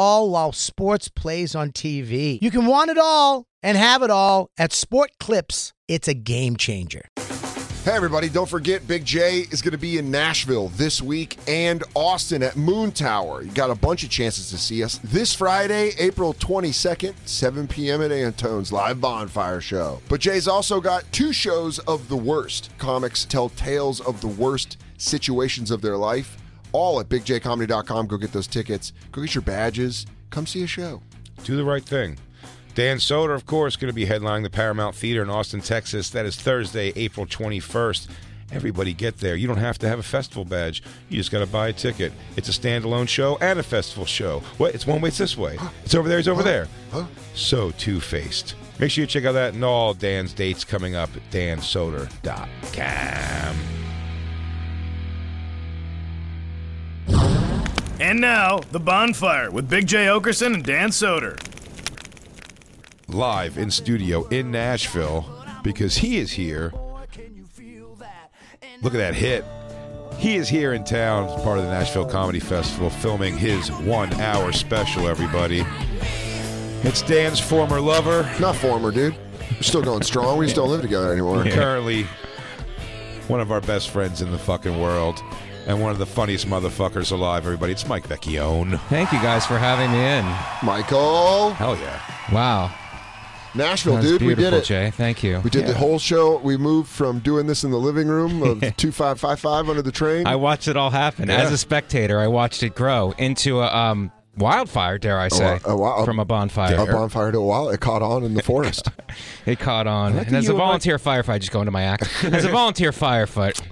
all while sports plays on TV. You can want it all and have it all at Sport Clips. It's a game changer. Hey, everybody, don't forget Big J is going to be in Nashville this week and Austin at Moon Tower. You got a bunch of chances to see us this Friday, April 22nd, 7 p.m. at Antone's live bonfire show. But Jay's also got two shows of the worst. Comics tell tales of the worst situations of their life, all at bigjcomedy.com. Go get those tickets, go get your badges, come see a show. Do the right thing. Dan Soder, of course, going to be headlining the Paramount Theater in Austin, Texas. That is Thursday, April 21st. Everybody get there. You don't have to have a festival badge. You just got to buy a ticket. It's a standalone show and a festival show. What? It's one way, it's this way. It's over there, it's over there. So two faced. Make sure you check out that and all Dan's dates coming up at dansoder.com. And now, The Bonfire with Big J. Okerson and Dan Soder. Live in studio in Nashville because he is here. Look at that hit. He is here in town, as part of the Nashville Comedy Festival, filming his one hour special, everybody. It's Dan's former lover, Not former, dude. We're still going strong. We just don't live together anymore. currently one of our best friends in the fucking world, and one of the funniest motherfuckers alive, everybody. It's Mike Vecchione. Thank you guys for having me in. Michael, Hell yeah. Wow. Nashville, That was dude, we beautiful, did it. Jay. Thank you. We did the whole show. We moved from doing this in the living room of 2555 under the train. I watched it all happen. As Yeah. a spectator, I watched it grow into a um, wildfire, dare I say, wa- a wa- a- from a bonfire. a bonfire to a while. It caught on in the forest. It caught on. like and that as you a and Mike- volunteer firefighter, just go into my act. As a volunteer firefighter,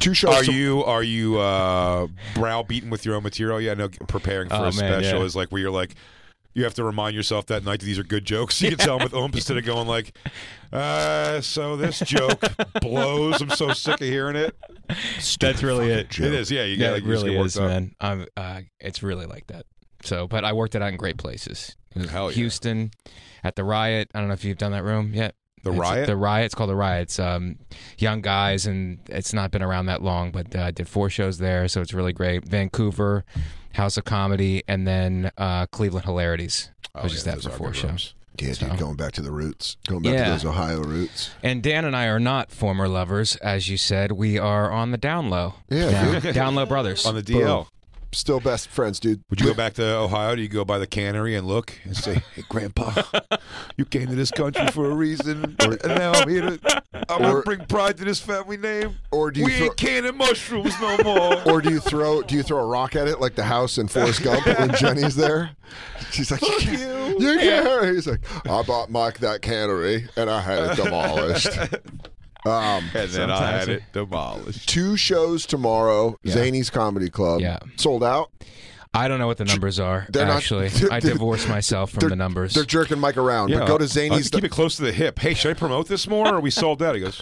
Two shows. Are to- you are you uh, browbeaten with your own material? Yeah, I know preparing for Oh, a man, special yeah. is like where you're like you have to remind yourself that night that these are good jokes. You can tell them with oomph instead of going like, uh, so this joke blows. I'm so sick of hearing it. that's really it. It is, yeah. You Yeah, got like it you just really get is, worked up. man. I'm, uh, it's really like that. So, but I worked it out in great places. It was Hell yeah. Houston, at the Riot. I don't know if you've done that room yet. The It's- Riot? The Riot. It's called the Riot. It's um, young guys, and it's not been around that long. But uh, I did four shows there, so it's really great. Vancouver, House of Comedy, and then uh, Cleveland Hilarities. I Oh, was just yeah, that those for are four good shows. rooms. Yeah, dude, going back to the roots. Going back to Yeah. those Ohio roots. And Dan and I are not former lovers, as you said. We are on the down low. Yeah, now. dude. down low brothers. on the DL. Still best friends, dude. Would you go back to Ohio? Do you go by the cannery and look and say, "Hey, Grandpa, you came to this country for a reason, and now I'm here to, I want or- to bring pride to this family name." Or do you we throw- ain't canning mushrooms no more? Or do you throw do you throw a rock at it like the house in Forrest Gump when Jenny's there? She's like, you can't, you can't. He's like, I bought Mike that cannery and I had it demolished. Um, and then I had it demolished. two shows tomorrow, Zany's Comedy Club. Yeah. sold out. I don't know what the numbers are. They're not- actually, they're- I divorced myself from They're- the numbers. They're jerking Mike around. but go to Zany's. Uh, keep it close to the hip. Hey, should I promote this more? Or are we sold out? He goes,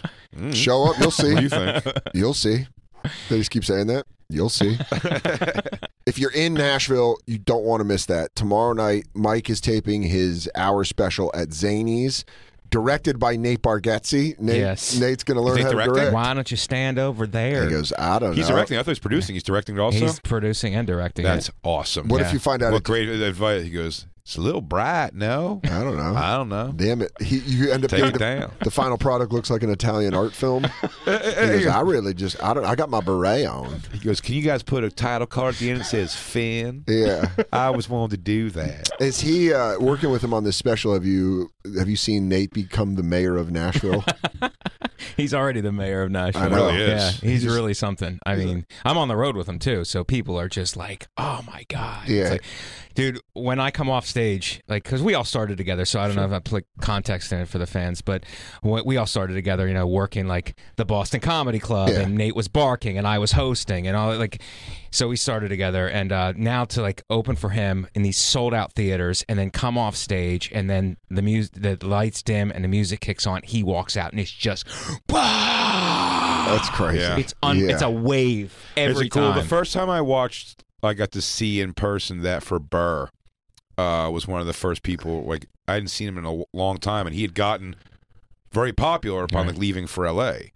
show up. You'll see. hmm? "What do you think?" You'll see. They just keep saying that. You'll see. if you're in Nashville, you don't want to miss that. Tomorrow night, Mike is taping his hour special at Zany's, directed by Nate Bargatze. Nate, Yes. Nate's going to learn Nate how to directing? direct. Why don't you stand over there? He goes, I don't He's know. directing. I thought he was producing. He's directing it also. He's producing and directing. That's it. awesome. What Yeah. if you find out? What it- great advice? He goes, It's a little bright, no? I don't know. I don't know. Damn it! He, you end up Take getting it down. the final product looks like an Italian art film. He goes, I really just I don't I got my beret on. He goes, Can you guys put a title card at the end that says Finn? Yeah. I always wanted to do that. Is he uh, working with him on this special? Have you have you seen Nate become the mayor of Nashville? He's already the mayor of Nashville. I know. Really is. Yeah, he's, really something. I mean, i I'm on the road with him too, so people are just like, "Oh my god!" It's Yeah. like- dude. When I come off stage, like, because we all started together, so I don't know if I put context in it for the fans, but wh- we all started together, you know, working like the Boston Comedy Club, Yeah. and Nate was barking, and I was hosting, and all that, like. So we started together, and uh, now to like open for him in these sold out theaters, and then come off stage, and then the music, the lights dim, and the music kicks on. He walks out, and it's just. That's crazy. Yeah. It's un- Yeah. it's a wave Is every it cool? time. The first time I watched, I got to see in person that for Burr uh, was one of the first people. Like I hadn't seen him in a w- long time, and he had gotten very popular upon Right. like leaving for L.A.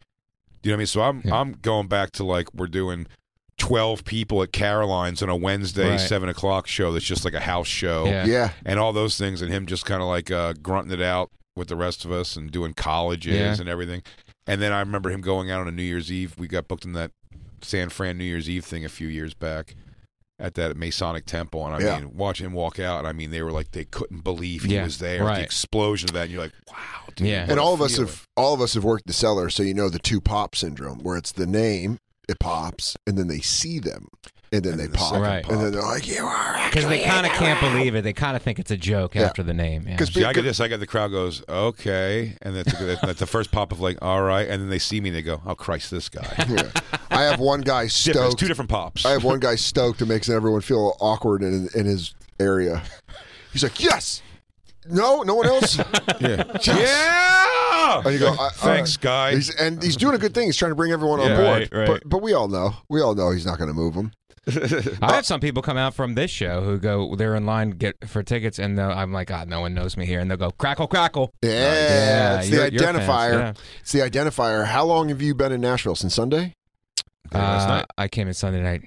Do you know what I mean? So I'm Yeah. I'm going back to like we're doing. 12 people at Caroline's on a Wednesday, Right. 7 o'clock show that's just like a house show Yeah. Oh, Yeah. and all those things, and him just kind of like uh, grunting it out with the rest of us and doing colleges Yeah. and everything. And then I remember him going out on a New Year's Eve. We got booked in that San Fran New Year's Eve thing a few years back at that Masonic temple. And I Yeah. mean, watch him walk out. And I mean, they were like, they couldn't believe he Yeah, was there. right. The explosion of that. And you're like, wow. Dude, Yeah. what and a all of us feeling. have all of us have worked the cellar, so you know the two pop syndrome, where it's the name it pops, and then they see them, and then And they then the pop, second Right. and then they're like, "You are," because they kind of can't believe it. They kind of think it's a joke Yeah. after the name. Yeah. because See, I get this. I got the crowd goes, okay. And that's, that's the first pop of like, all right. And then they see me and they go, oh, Christ, this guy. I have one guy Different- it's stoked. two different pops. I have one guy stoked that makes everyone feel awkward in, in his area. He's like, "Yes, no, no one else." yeah. Yes. Yeah. And you go, I- Thanks, I- guy. He's, and he's doing a good thing. He's trying to bring everyone on Yeah, board. right, right. But, but we all know, we all know he's not going to move them. I have some people come out from this show who go, they're in line get for tickets, and they'll- I'm like, God, no one knows me here, and they'll go, crackle, crackle. Yeah, Yeah, it's the you're- you're fans, identifier. yeah. It's the identifier. How long have you been in Nashville since Sunday? Yeah, last Uh, night. I came in Sunday night,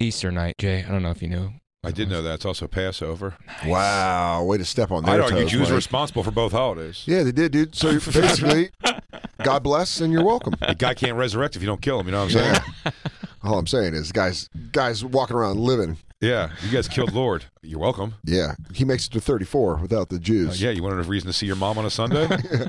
Easter night. Jay, I don't know if you knew. I did know that. It's also Passover. Wow, way to step on their I'd argue toes, Jews are Mike. responsible for both holidays. Yeah, they did, dude. So basically, God bless and you're welcome. The guy can't resurrect if you don't kill him. You know what I'm saying? Yeah. All I'm saying is, guys, guys walking around living. Yeah. You guys killed Lord. You're welcome. Yeah, he makes it to 34 without the Uh, Jews. yeah. You wanted a reason to see your mom on a Sunday? You're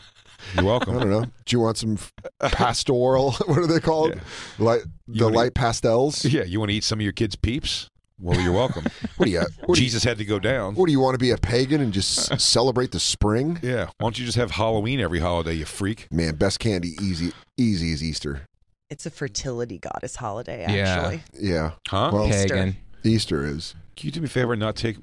I welcome. don't know. Do you want some f- pastoral? What are they called? Yeah. Light the wanna- light pastels. Yeah. You want to eat some of your kids' peeps? Well, you're welcome. What do you? What do you, Jesus had to go down. what do you want to be a pagan and just s- celebrate the spring? Yeah. Why don't you just have Halloween every holiday, you freak? Man, best candy, easy, easy is Easter. It's a fertility goddess holiday, Yeah. actually. Yeah, Huh? Well- Easter. Pagan. Easter is. Can you do me a favor and not take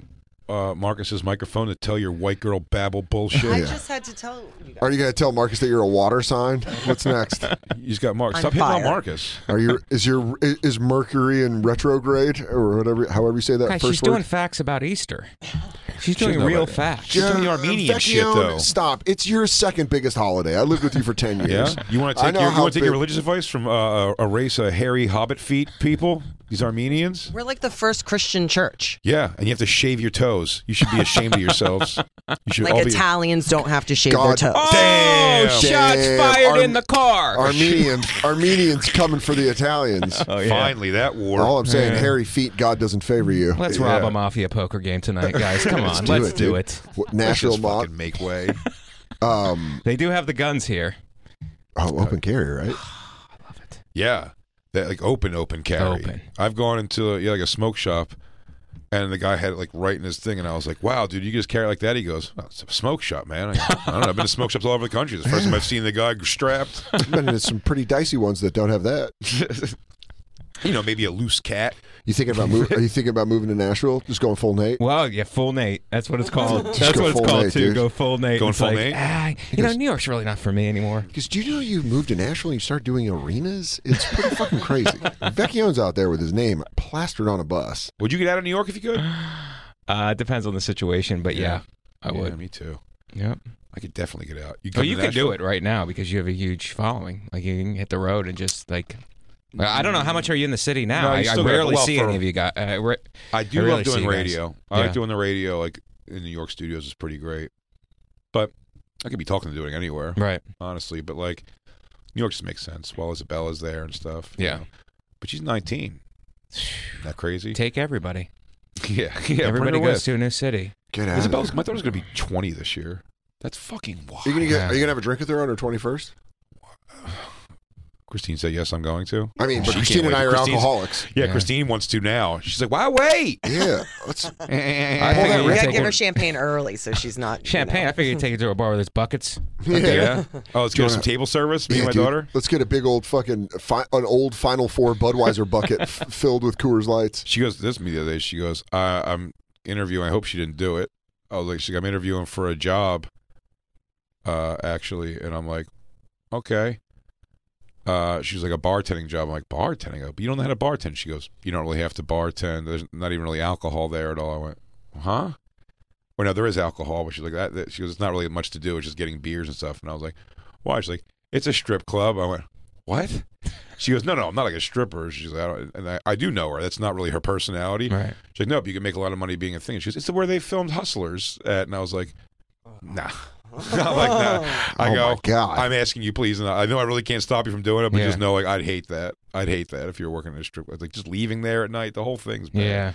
uh, Marcus's microphone to tell your white girl babble bullshit? I Yeah. just had to tell you guys. Are you going to tell Marcus that you're a water sign? What's next? You just got Mark. I'm Stop hitting on fired. Marcus. Are you is your is Mercury in retrograde or whatever? However you say that Guys, first she's word. doing facts about Easter. She's doing know real about it. facts. She's doing the Armenian shit, Vecchione, though. Stop! It's your second biggest holiday. I lived with you for ten Yeah, years. you want to I take know your you how want to take your big- religious advice from uh, a race of hairy hobbit feet people, these Armenians. We're like the first Christian church. Yeah, and you have to shave your toes. You should be ashamed of yourselves. You should all Like be. Italians don't have to shave God- their toes. Oh, Damn. shots Damn. fired Arm- in the car. Armenians, Armenians coming for the Italians. Finally, that war. All I'm saying, hairy feet, God doesn't favor you. Let's rob a mafia poker game tonight, guys. Come on, do let's it, do dude. it. What, Let's Nashville just mob. fucking make way. Um, They do have the guns here. oh, open carry, right? Yeah, that like open, open carry. Open. I've gone into uh, yeah, like a smoke shop, and the guy had it like right in his thing, and I was like, "Wow, dude, you just carry it like that?" He goes, oh, "It's a smoke shop, man." I, I don't know. I've been to smoke shops all over the country. It's the first time I've seen the guy strapped. I've been in some pretty dicey ones that don't have that. you know, maybe a loose cat. You thinking about mov- are you thinking about moving to Nashville? Just going full Nate? Well, yeah, full Nate. That's what it's called. Just That's go what it's full called Nate, too. dude. Go full Nate. Going It's full like, Nate? ah, you know, New York's really not for me anymore. Because do you know you moved to Nashville and you start doing arenas? It's pretty fucking crazy. Vecchione's out there with his name plastered on a bus. Would you get out of New York if you could? Uh, it depends on the situation, but yeah, I Yeah, would. me too. Yep. I could definitely get out. You, Well, come you to could do Nashville? it right now because you have a huge following. Like you can hit the road and just like. Well, I don't know how much are you in the city now. No, I, you I still got- rarely well, see for- any of you guys. Uh, re- I do I really love see doing you guys. radio. I Yeah. like doing the radio. Like in New York studios is pretty great. But I could be talking to doing anywhere, Right. honestly. But like New York just makes sense. Well, Isabella's there and stuff. you Yeah. know. But she's 19. Isn't that crazy? Take everybody. yeah, yeah. put her everybody goes with. to a new city. Get out. Isabella's. My daughter's gonna be 20 this year. That's fucking wild. Are you gonna get? Yeah. Are you gonna have a drink with her on her twenty first? Christine said yes. I'm going to. I mean, but She can't Christine and wait. I are Christine's- alcoholics. Yeah, Yeah. Christine wants to now. She's like, why wait? Yeah, let's. I think that you We red gotta take give her- her champagne early so she's not you Champagne. know. I figured you'd take it to a bar with his buckets. Yeah. Oh, let's Do you go wanna- some table service. Me Yeah, and my dude. daughter. Let's get a big old fucking fi- an old Final Four Budweiser bucket f- filled with Coors Lights. She goes this to me the other day. She goes, uh, "I'm interviewing. I hope she didn't do it." Oh, like she's like, "I'm interviewing for a job, uh, actually," and I'm like, "Okay." Uh, she was like a bartending job. I'm like bartending. I go, but you don't know how to bartend. She goes, "You don't really have to bartend. There's not even really alcohol there at all." I went, "Huh?" Well, no, there is alcohol, but she's like that. that she goes, "It's not really much to do. It's just getting beers and stuff." And I was like, "Why?" She's like, "It's a strip club." I went, "What?" She goes, no, no, I'm not like a stripper. She's like, I don't, and I, I do know her. That's not really her personality. Right. She's like, no, but you can make a lot of money being a thing. She goes, it's where they filmed Hustlers at. And I was like, nah. not like that. I Oh, go, my God. I'm asking you, please. And I I know I really can't stop you from doing it, but Yeah. just know, like, I'd hate that. I'd hate that if you were working in a strip club. Like, just leaving there at night, the whole thing's bad. Yeah.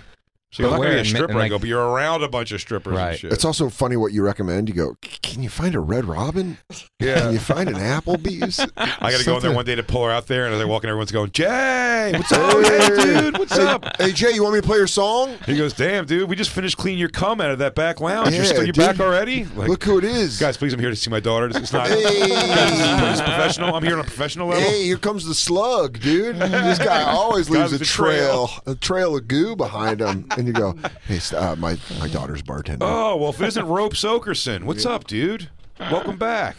She goes, I'm But not gonna be where a in- stripper. in, I go, like- but you're around a bunch of strippers and Right. shit. It's also funny what you recommend. You go, "C- can you find a Red Robin? Can yeah. you find an Applebee's? I got to go in there one day to pull her out there. And as I walk in, everyone's going, Jay, what's up, Hey. man, dude? What's Hey, up? hey Jay, you want me to play your song? He goes, "Damn, dude, we just finished cleaning your cum out of that back lounge. you're Yeah, still you dude. back already? Like, Look who it is, guys, please, I'm here to see my daughter. It's not Hey. guys, this is- this is professional. I'm here on a professional level. Hey, here comes the slug, dude. This guy always leaves Guys, a the trail, trail. a trail of goo behind him. And you go, hey, st- uh, my my daughter's bartender. Oh well, if it isn't Rope Sokerson, what's up, dude? Welcome back.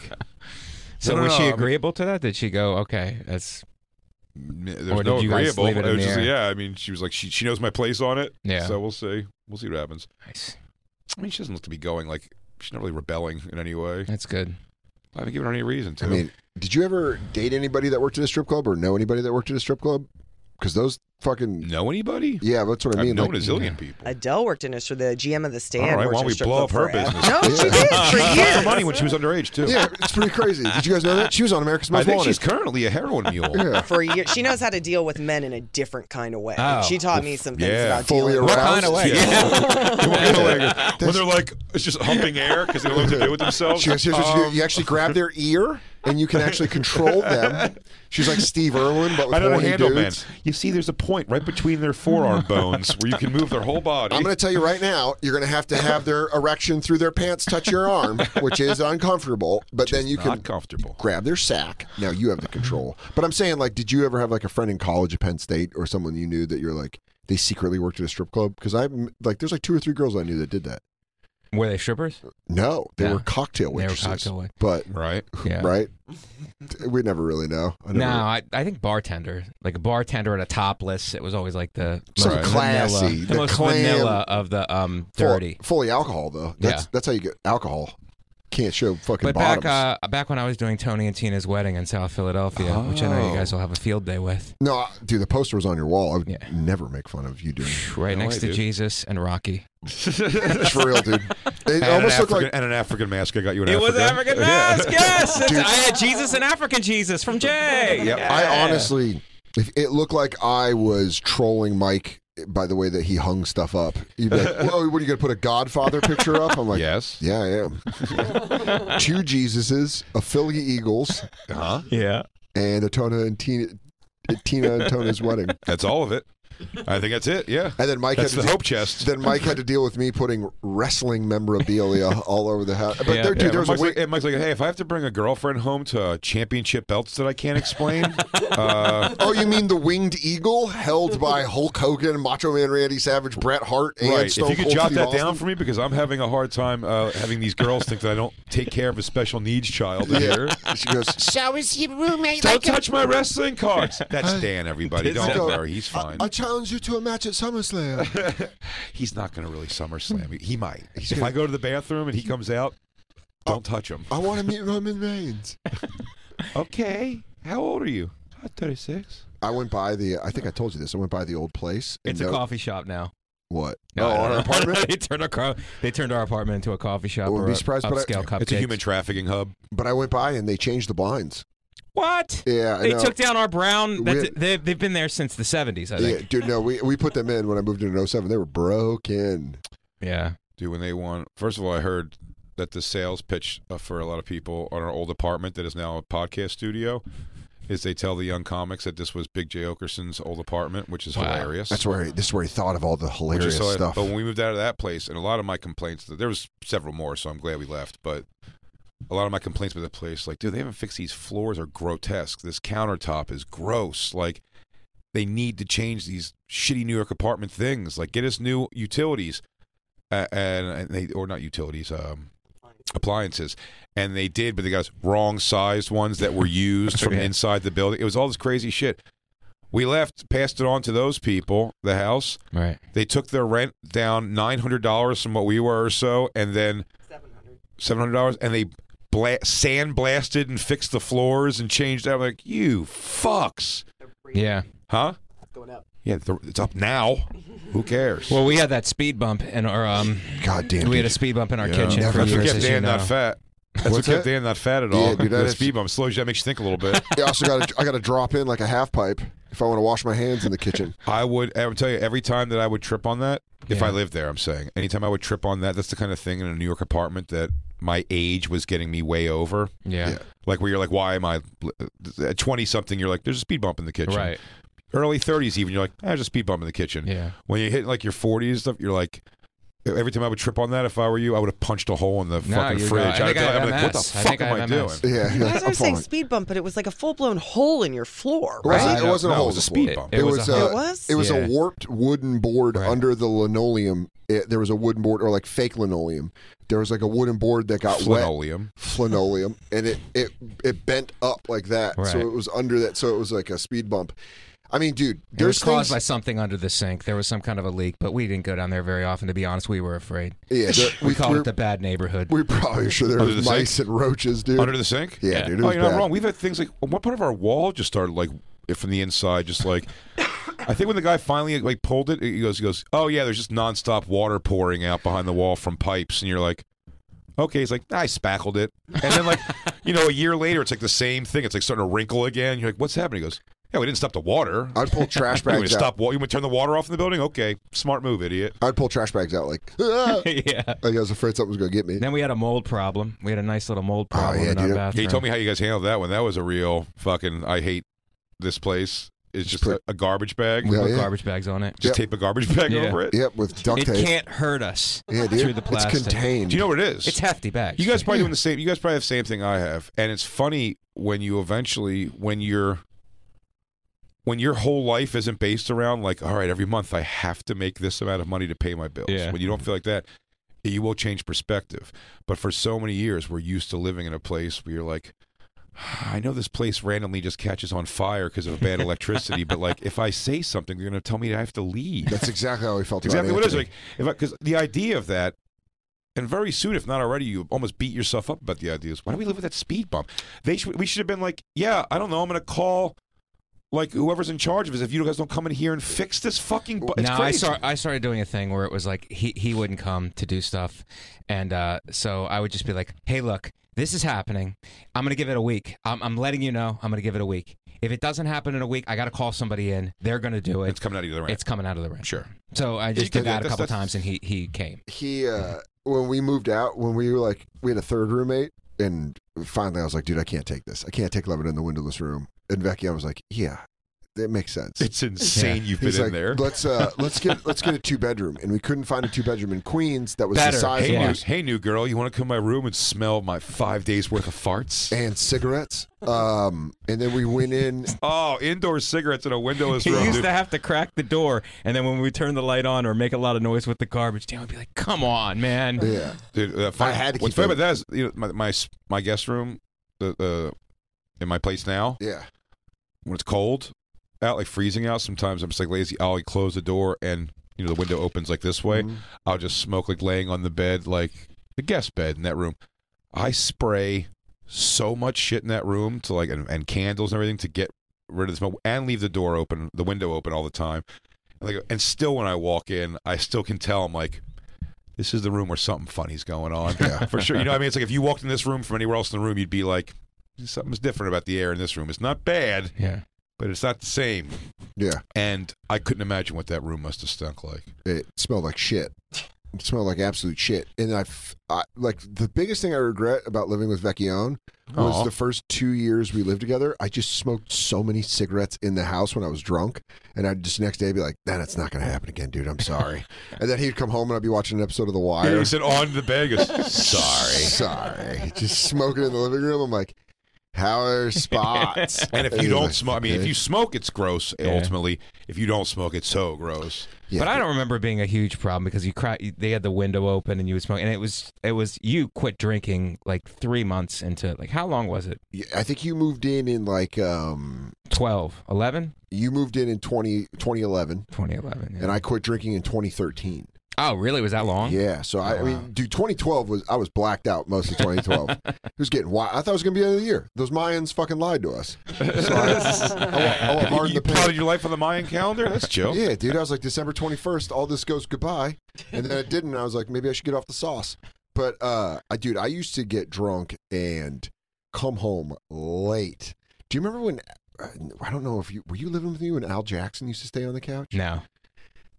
So No, no, was no, she I'm- agreeable to that? Did she go, okay, that's There's Or no did you guys agreeable. leave it in was the just- air? yeah, I mean, she was like, she she knows my place on it. Yeah. So we'll see. We'll see what happens. nice. I mean, she doesn't look to be going like she's not really rebelling in any way. That's good. I haven't given her any reason to. I mean, did you ever date anybody that worked at a strip club or know anybody that worked at a strip club? Because those fucking know anybody? yeah, that's what I I've mean. known Like, a zillion people. Adele worked in this for the GM of the stand. All right, why worked don't in we strip blow club up her business? forever. No, she Yeah. did for Lots of years. money when she was underage too. yeah, it's pretty crazy. Did you guys know that she was on America's I Most think Wanted? she's currently a heroin mule. yeah, For a year, she knows how to deal with men in a different kind of way. Oh. she taught me some things Yeah. about fully dealing. aroused. with- Yeah. when they're like, it's just humping air because they don't know what to do with themselves. She goes, here's what you, Um, do. you actually grab their ear and you can actually control them. She's like Steve Irwin, but with I don't know horny handle men. dudes. You see, there's a point right between their forearm bones where you can move their whole body. I'm going to tell you right now, you're going to have to have their erection through their pants touch your arm, which is uncomfortable. But then you not can comfortable. grab their sack. Now you have the control. But I'm saying, like, did you ever have like a friend in college at Penn State or someone you knew that you're like they secretly worked at a strip club? Because I like there's like two or three girls I knew that did that. Were they strippers? No, they No. were cocktail They were waitresses. cocktail wait- but right? Yeah. right, we never really know. I never- No, I, I think bartender, like a bartender at a topless. It was always like the most Some classy, vanilla, the, the most clam- vanilla of the um Full- dirty. fully alcohol though. That's Yeah. that's how you get alcohol. Can't show fucking But bottoms. back uh, back when I was doing Tony and Tina's wedding in South Philadelphia, which I know Oh. you guys will have a field day with, no, I- dude, the poster was on your wall. I would Yeah. never make fun of you doing right No next way, to dude. Jesus and Rocky. it. For real, dude. It And, an almost looked African, like and an African mask. I got you an It African. was African mask, yes. It's- I had Jesus and African Jesus from Jay. Yep. I honestly, if it looked like I was trolling Mike by the way that he hung stuff up. You'd be like, "Whoa, what are you gonna put a Godfather picture up?" I'm like, Yes. yeah, I am." Two Jesuses, a Philly Eagles, Huh? Yeah. and a Tona and Tina, Tina and Tona's wedding. That's all of it. I think that's it. Yeah. And then Mike That's had the to do- hope chest. Then Mike had to deal with me putting wrestling memorabilia all over the house. But Yeah. there, dude, Yeah, there was a Mike's, week. like, and Mike's like, hey, if I have to bring a girlfriend home to championship belts that I can't explain, uh, Oh, you mean the winged eagle held by Hulk Hogan, Macho Man Randy Savage, Bret Hart, and Right. Stone if you could Cold jot Steve that Austin? down for me, because I'm having a hard time uh, having these girls think that I don't take care of a special needs child in here. She goes, So is your roommate Don't like a touch my wrestling cards. That's Dan, everybody. Don't Go, worry. He's fine. I, I challenge you to a match at SummerSlam. He's not going to really SummerSlam. me. He might. if I go to the bathroom and he comes out, don't touch him. I want to meet Roman Reigns. Okay. How old are you? I'm 36. I went by the. I think I told you this. I went by the old place. and It's a no- coffee shop now. What? No, oh, I don't on our know. apartment. they turned our car. They turned our apartment into a coffee shop. I wouldn't be or a surprised, but I- upscale cupcakes. It's a human trafficking hub. but I went by and they changed the blinds. What? Yeah, I they know. took down our brown. That's, We're- they, they've been there since the seventies, I Yeah, think. dude, no, we, we put them in when I moved in in 07. They were broken. Yeah. Dude, when they won, first of all, I heard that the sales pitch uh, for a lot of people on our old apartment that is now a podcast studio is they tell the young comics that this was Big J. Okerson's old apartment, which is Wow. hilarious. That's where he, this is where he thought of all the Which is hilarious hilarious. stuff. But when we moved out of that place, and a lot of my complaints, there was several more, so I'm glad we left. But a lot of my complaints about the place, like, dude, they haven't fixed these floors are grotesque. This countertop is gross. Like, they need to change these shitty New York apartment things. Like, get us new utilities, uh, and, and they or not utilities, um, appliances. And they did, but they got us wrong sized ones that were used from Yeah. inside the building. It was all this crazy shit. We left, passed it on to those people, the house, Right. they took their rent down nine hundred dollars from what we were or so, and then seven hundred dollars, and they bla- sand blasted and fixed the floors and changed. I'm like, you fucks, Yeah. huh? Going up. Yeah, th- it's up now. Who cares? Well, we had that speed bump in our um. God damn. we had dude. a speed bump in our Yeah. kitchen Never for that's what years, kept as you Dan know. not fat. That's What's what kept that? Dan not fat at Yeah, all. dude, that that is- speed bump slows you. That makes you think a little bit. Yeah, I also got I got to drop in like a half pipe if I want to wash my hands in the kitchen. I would. I would tell you every time that I would trip on that, if I Yeah. lived there, I'm saying anytime I would trip on that, that's the kind of thing in a New York apartment that my age was getting me way over. Yeah. like where you're like, why am I at twenty something? You're like, there's a speed bump in the kitchen. Right. Early thirties, even you're like, ah, there's a speed bump in the kitchen. Yeah. When you hit like your forties stuff, you're like, every time I would trip on that, if I were you, I would have punched a hole in the No, fucking you're fridge. right. I think I I'd have be like, what the MS. I fuck think I am I have doing? MS. Yeah, You guys I'm are saying fine. speed bump, but it was like a full blown hole in your floor, It wasn't- right? it wasn't a no, hole It in was a the speed floor. bump. It It was was a- uh, It was? it was Yeah. a warped wooden board Right. under the linoleum. It, there was a wooden board or like fake linoleum. There was like a wooden board that got wet Linoleum. linoleum, and it it it bent up like that. So Right. it was under that. So it was like a speed bump. I mean, dude, It was there's caused things. by something under the sink. There was some kind of a leak, but we didn't go down there very often. To be honest, we were afraid. yeah, there- We, we, called we're, it the bad neighborhood. we're probably sure there Under was the sink? mice and roaches, dude. Under the sink. yeah, dude, it oh, was you're bad. not wrong. We've had things like one part of our wall just started like if from the inside, just like I think when the guy finally like pulled it, he goes, he goes, oh yeah, there's just nonstop water pouring out behind the wall from pipes, and you're like. Okay, he's like, I spackled it, and then like, you know, a year later, it's like the same thing. It's like starting to wrinkle again. You're like, what's happening? He goes, Yeah, we didn't stop the water. I'd pull trash You want me bags to out. stop? wa- You want to turn the water off in the building? Okay, smart move, idiot. I'd pull trash bags out like, "Ah!" yeah. like I was afraid something was gonna get me. Then we had a mold problem. We had a nice little mold problem yeah, in our dude. Yeah, bathroom. you told me how you guys handled that one. That was a real fucking. I hate this place. It's just pretty- a, a garbage bag. we Yeah, put yeah. garbage bags on it. Just Yep. tape a garbage bag Yeah. over it. Yep, with duct It tape. can't hurt us. Yeah, dude. through the plastic. It's contained. Do you know what it is? It's hefty bags. you guys probably doing the same. You guys probably have the same thing I have, and it's funny when you eventually when you're when your whole life isn't based around like, all right, every month I have to make this amount of money to pay my bills. Yeah. When you don't feel like that, you will change perspective. But for so many years, we're used to living in a place where you're like. I know this place randomly just catches on fire because of bad electricity, but like if I say something, they're going to tell me I have to leave. That's exactly how we felt. Exactly about what it is Anthony. like if because the idea of that, and very soon, if not already, you almost beat yourself up about the ideas. Why do we live with that speed bump? They should we should have been like, yeah, I don't know, I'm gonna call like whoever's in charge of us if you guys don't come in here and fix this fucking. Bu- it's no, I crazy. start, I started doing a thing where it was like he, he wouldn't come to do stuff, and uh, so I would just be like, "Hey, look, this is happening. I'm gonna give it a week. I'm, I'm letting you know. I'm gonna give it a week. If it doesn't happen in a week, I gotta call somebody in. They're gonna do it. It's coming out of the other end. It's coming out of the rent. Sure. So I just can do did it. that a That's- couple that's- times, and he he came. he uh, when we moved out, when we were like we had a third roommate, and finally I was like, dude, I can't take this. I can't take living in the windowless room. And Becky, I was like, yeah, that makes sense. It's insane. You've been He's in like, there. let's uh, let's get let's get a two bedroom, and we couldn't find a two bedroom in Queens that was Better. the size Hey of new, ours hey, new girl, you want to come to my room and smell my five days worth of farts? and cigarettes. Um, and then we went in. Oh, indoor cigarettes in a windowless He room. used dude. to have to crack the door, and then when we turn the light on or make a lot of noise with the garbage, Dan would be like, "Come on, man." Yeah, Dude, uh, funny- had to what's keep funny it. about that is you know, my, my s- my guest room, the the in my place now yeah. when it's cold out, like freezing out. Sometimes I'm just like lazy. I'll like, close the door and you know the window opens like this way. Mhm. I'll just smoke like laying on the bed, like the guest bed in that room. I spray so much shit in that room to like and, and candles and everything to get rid of the smoke and leave the door open, the window open all the time. Like, and still, when I walk in, I still can tell I'm like, this is the room where something funny's going on. Yeah, for sure. You know, what I mean, it's like if you walked in this room from anywhere else in the room, you'd be like, something's different about the air in this room. It's not bad, Yeah. but it's not the same. Yeah, And I couldn't imagine what that room must have stunk like. it smelled like shit. It smelled like absolute shit. And I've, I like the biggest thing I regret about living with Vecchione was Aw. the first two years we lived together. I just smoked so many cigarettes in the house when I was drunk, and I'd just next day be like, "Nah, that's not gonna happen again, dude. I'm sorry." and then he'd come home and I'd be watching an episode of The Wire. Yeah, he said on the bed. he goes, Sorry. Sorry. Just smoking in the living room. I'm like, how are spots? And if He's you don't like, smoke, I mean, if "Okay." you smoke, it's gross. Yeah. Ultimately, if you don't smoke, it's so gross. Yeah. but I don't remember it being a huge problem because you cry. They had the window open and you would smoke, and it was it was you quit drinking like three months into like how long was it? Yeah, I think you moved in in like, um, 12, 11? you moved in in 20, 2011, 2011. yeah. and I quit drinking in 2013. oh, really? Was that long? Yeah. So, I, I mean, dude, 2012 was, I was blacked out most of 2012. it was getting wild. I thought it was going to be the end of the year. Those Mayans fucking lied to us. So I, I, want- I want Martin you the Pig. plotted your life on the Mayan calendar? That's a joke. Yeah, dude. I was like, December 21st, all this goes goodbye. And then it didn't. and I was like, maybe I should get off the sauce. But, uh, I, dude, I used to get drunk and come home late. Do you remember when? uh, I don't know if you were you living with me when Al Jackson used to stay on the couch? No.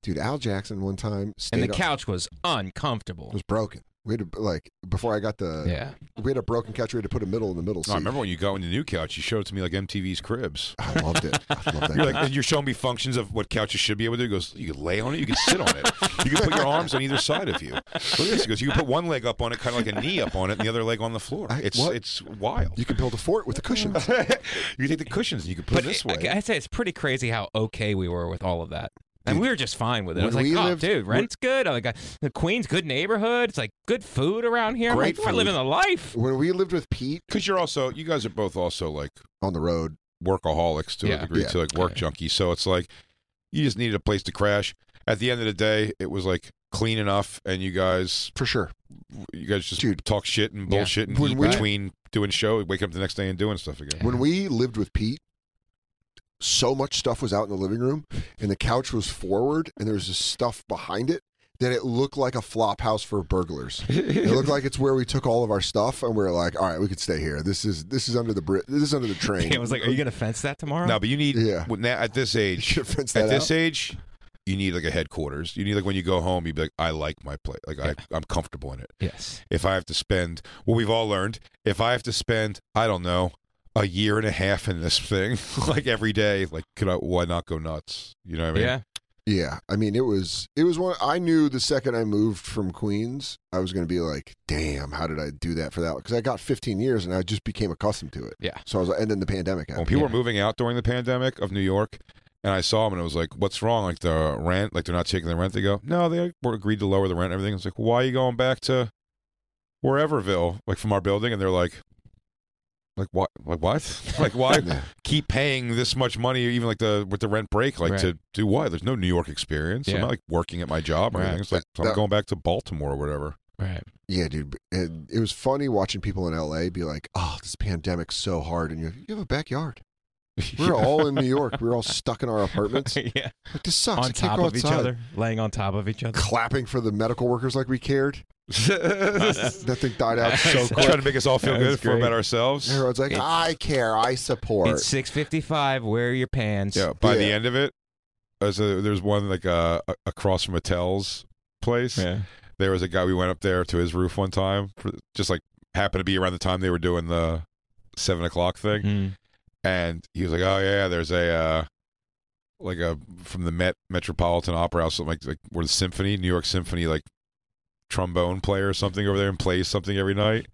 Dude, Al Jackson one time stayed And the on- couch was uncomfortable. was broken. We had to, like before I got the Yeah. we had a broken couch. We had to put a middle in the middle. No, Seat. I remember when you got on the new couch, you showed it to me like MTV's Cribs. I loved it. I loved that. You're like, couch. and you're showing me functions of what couches should be able to do. He goes, you can lay on it, you can sit on it, you can put your arms on either side of you. Look at this. He goes, you can put one leg up on it, kind of like a knee up on it, and the other leg on the floor. I- It's what? it's wild. you can build a fort with a cushion. you can take the cushions and you can put it this way. I, would say it's pretty crazy how okay we were with all of that. And we were just fine with it. I when was like, we oh, lived- dude, rent's good. I like, uh, the Queen's good neighborhood. It's like good food around here. I'm Great like, we're food. living the life. when we lived with Pete Because you're also, you guys are both also like on the road, workaholics to a Yeah. degree, Yeah. to like work Yeah. junkies. So it's like you just needed a place to crash. At the end of the day, it was like clean enough, and you guys, for sure. you guys just Dude. talk shit and Yeah. bullshit and When eat we- between doing show, wake up the next day and doing stuff again. When we lived with Pete, so much stuff was out in the living room, and the couch was forward, and there was this stuff behind it that it looked like a flop house for burglars. it looked like it's where we took all of our stuff, and we are like, all right, we could stay here. This is this is under the bri- this is under the train. I was like, are you going to fence that tomorrow? No, but you need Yeah. when- now at this You age. should fence At that this out. age, you need like a headquarters. You need like when you go home, you'd be like, I like my place. Like I, I'm comfortable in it. Yes. if I have to spend well, we've all learned if I have to spend I don't know a year and a half in this thing like every day like could I why not go nuts you know what I mean Yeah. Yeah, I mean, it was it was one. I knew the second I moved from Queens, I was going to be like, damn, how did I do that for that? Because I got 15 years, and I just became accustomed to it. Yeah. So I was, like, and then the pandemic when happened. people were Yeah. moving out during the pandemic of New York and I saw them and it was like what's wrong like the rent like they're not taking the rent they go no they were agreed to lower the rent and everything it's like why are you going back to whereverville like from our building and they're like like what like what like why Yeah. keep paying this much money, even like the with the rent break, like Right. to do what? There's no New York experience. I'm Yeah. not like working at my job or Right. anything. It's like That- I'm that- going back to Baltimore or whatever. Right. Yeah, dude. And it was funny watching people in LA be like, oh, this pandemic's so hard. And you're like, you have a backyard. We're all in New York. We're all stuck in our apartments. yeah. Like, this sucks. I On can't top go of each outside." other, laying on top of each other. Clapping for the medical workers like we cared. That thing died out so quick. trying to make us all feel That good was for great. about ourselves. Yeah, Everyone's like, It's- I care. I support. It's 6:55. Wear your pants. by Yeah. the end of it, as a, there's one like uh, a- across from Mattel's place. Yeah. There was a guy we went up there to his roof one time, for, just like happened to be around the time they were doing the seven o'clock thing. Mm. and he was like, "Oh yeah, there's a uh, like a from the Met Metropolitan Opera House, something like like where the symphony, New York Symphony, like trombone player or something over there and plays something every night."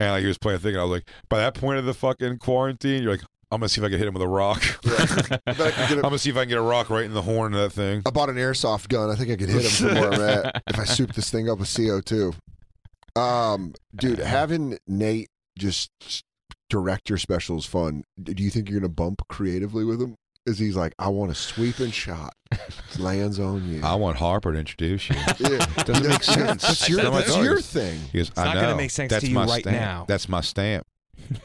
And like, he was playing a thing, and I was like, "By that point of the fucking quarantine, you're like, I'm gonna see if I can hit him with a rock. I bet I could get I'm a- gonna see if I can get a rock right in the horn of that thing." I bought an airsoft gun. I think I could hit him from where I'm at if I soup this thing up with CO2. Um, dude, having Nate just direct your special is fun. Do you think you're gonna bump creatively with him? Is he's like, I want a sweeping shot, lands on you. I want Harper to introduce you. Yeah. Doesn't make sense. That's your, Oh my that's God. your thing. He goes, not "I gonna know. make sense That's to you my right stamp. now." That's my stamp.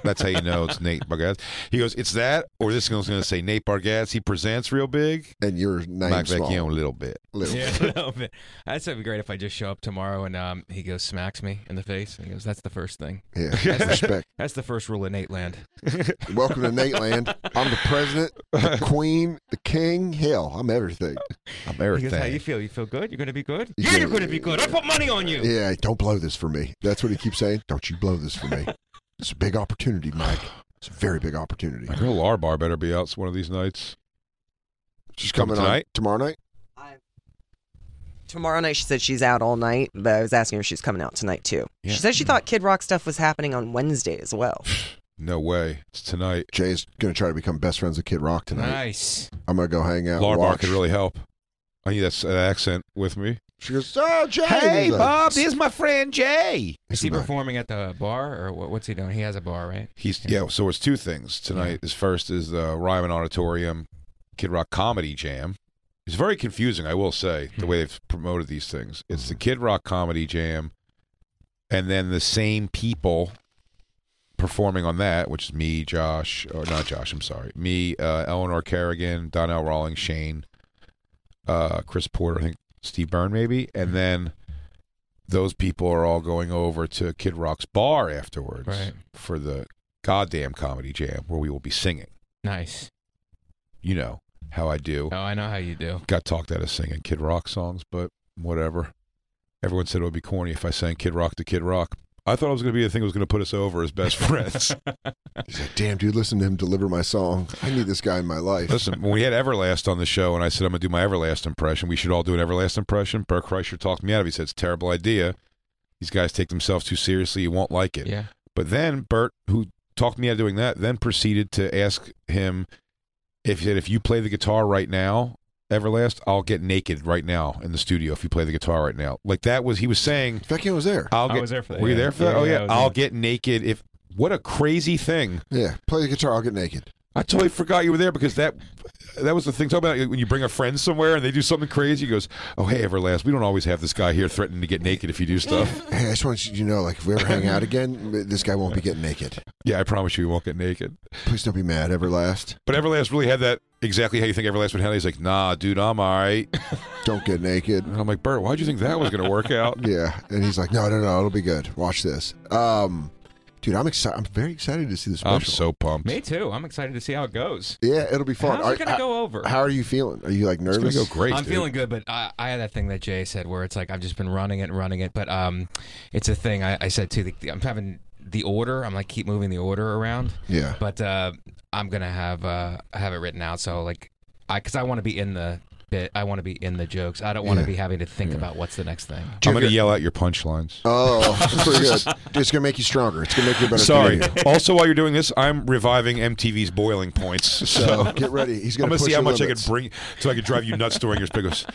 That's how you know it's Nate Bargatze. He goes, it's that, or this one's going to say Nate Bargatze. He presents real big. and your name Mike small. Vecchione, a little bit. Little. Yeah, a little bit. That's that'd be great if I just show up tomorrow and um, he goes smacks me in the face and he goes, "That's the first thing. yeah. Respect. That's the first rule in Nate Land." Welcome to Nate Land. I'm the president, the queen, the king. Hell, I'm everything. I'm He goes, "How you everything. feel? You feel good? You're gonna be good? You yeah, feel- you're gonna be good. I put money on you." Yeah, don't blow this for me. That's what he keeps saying. Don't you blow this for me. It's a big opportunity, Mike. It's a very big opportunity. My girl Larbar better be out one of these nights. She's Come coming tonight? on tomorrow night. Tomorrow night, she said she's out all night, but I was asking her if she's coming out tonight too. She said she thought Kid Rock stuff was happening on Wednesday as well. No way. It's tonight. Jay is going to try to become best friends with Kid Rock tonight. Nice. I'm going to go hang out. Larbar watch. could really help. I need that s- that accent with me. She goes, oh, Jay. He's like- my friend Jay. Is he Nice. performing at the bar or what, what's he doing? He has a bar, right? He's yeah. So it's two things tonight. Is first is the Ryman Auditorium Kid Rock Comedy Jam. It's very confusing, I will say, the way they've promoted these things. It's Hmm. the Kid Rock Comedy Jam, and then the same people performing on that, which is me, Josh, or not Josh. I'm sorry, me, uh, Eleanor Kerrigan, Donnell Rawlings, Shane, uh, Chris Porter, I think Steve Byrne, maybe, and then those people are all going over to Kid Rock's bar afterwards Right. for the goddamn comedy jam where we will be singing. Nice. You know how I do. Oh, I know how you do. Got talked out of singing Kid Rock songs, but whatever. Everyone said it would be corny if I sang Kid Rock to Kid Rock. I thought it was going to be the thing that was going to put us over as best friends. He's like, damn, dude, listen to him deliver my song. I need this guy in my life. Listen, when we had Everlast on the show and I said I'm going to do my Everlast impression, we should all do an Everlast impression. Burke Kreischer talked me out of it. He said it's a terrible idea. These guys take themselves too seriously. You won't like it. Yeah. But then Bert, who talked me out of doing that, then proceeded to ask him if he said, if you play the guitar right now, Everlast, I'll get naked right now in the studio if you play the guitar right now. Like that was he was saying Vecchio was there. I'll I get was there for that, Were you yeah. there for Yeah, that? Oh yeah, yeah. I was I'll there. get naked if what a crazy thing. Yeah, play the guitar. I'll get naked. I totally forgot you were there because that that was the thing. Talk about when you bring a friend somewhere and they do something crazy. He goes, "Oh hey, Everlast, we don't always have this guy here threatening to get naked if you do stuff." Hey, I just want you to know, like, if we ever hang out again, this guy won't be getting naked. yeah, I promise you, we won't get naked. Please don't be mad, Everlast. But Everlast really had that exactly how you think Everlast would handle. it. He's like, "Nah, dude, I'm all right." Don't get naked. And I'm like, "Bert, why'd you think that was going to work out?" Yeah, and he's like, no, no, no, it'll be good. Watch this, um, dude. I'm excited. I'm very excited to see this special. I'm so pumped. Me too. I'm excited to see how it goes. yeah, it'll be fun. How's it gonna go over? How are you feeling? Are you like It's going nervous? to go great. I'm dude. feeling good, but I, I had that thing that Jay said where it's like I've just been running it, and running it. But um, it's a thing I, I said too. The, I'm having the order. I'm like keep moving the order around, Yeah, but uh, I'm gonna have uh have it written out. So like, I because I want to be in the bit. I want to be in the jokes. I don't want to Yeah. be having to think about what's the next thing. I'm going to yell out your punchlines. Oh, that's pretty good. It's gonna make you stronger. It's gonna make you a better. Sorry. comedian. also, while you're doing this, I'm reviving MTV's boiling points. So So get ready. He's gonna I'm going to push see how the much I limits. can bring so I can drive you nuts during your spiggles.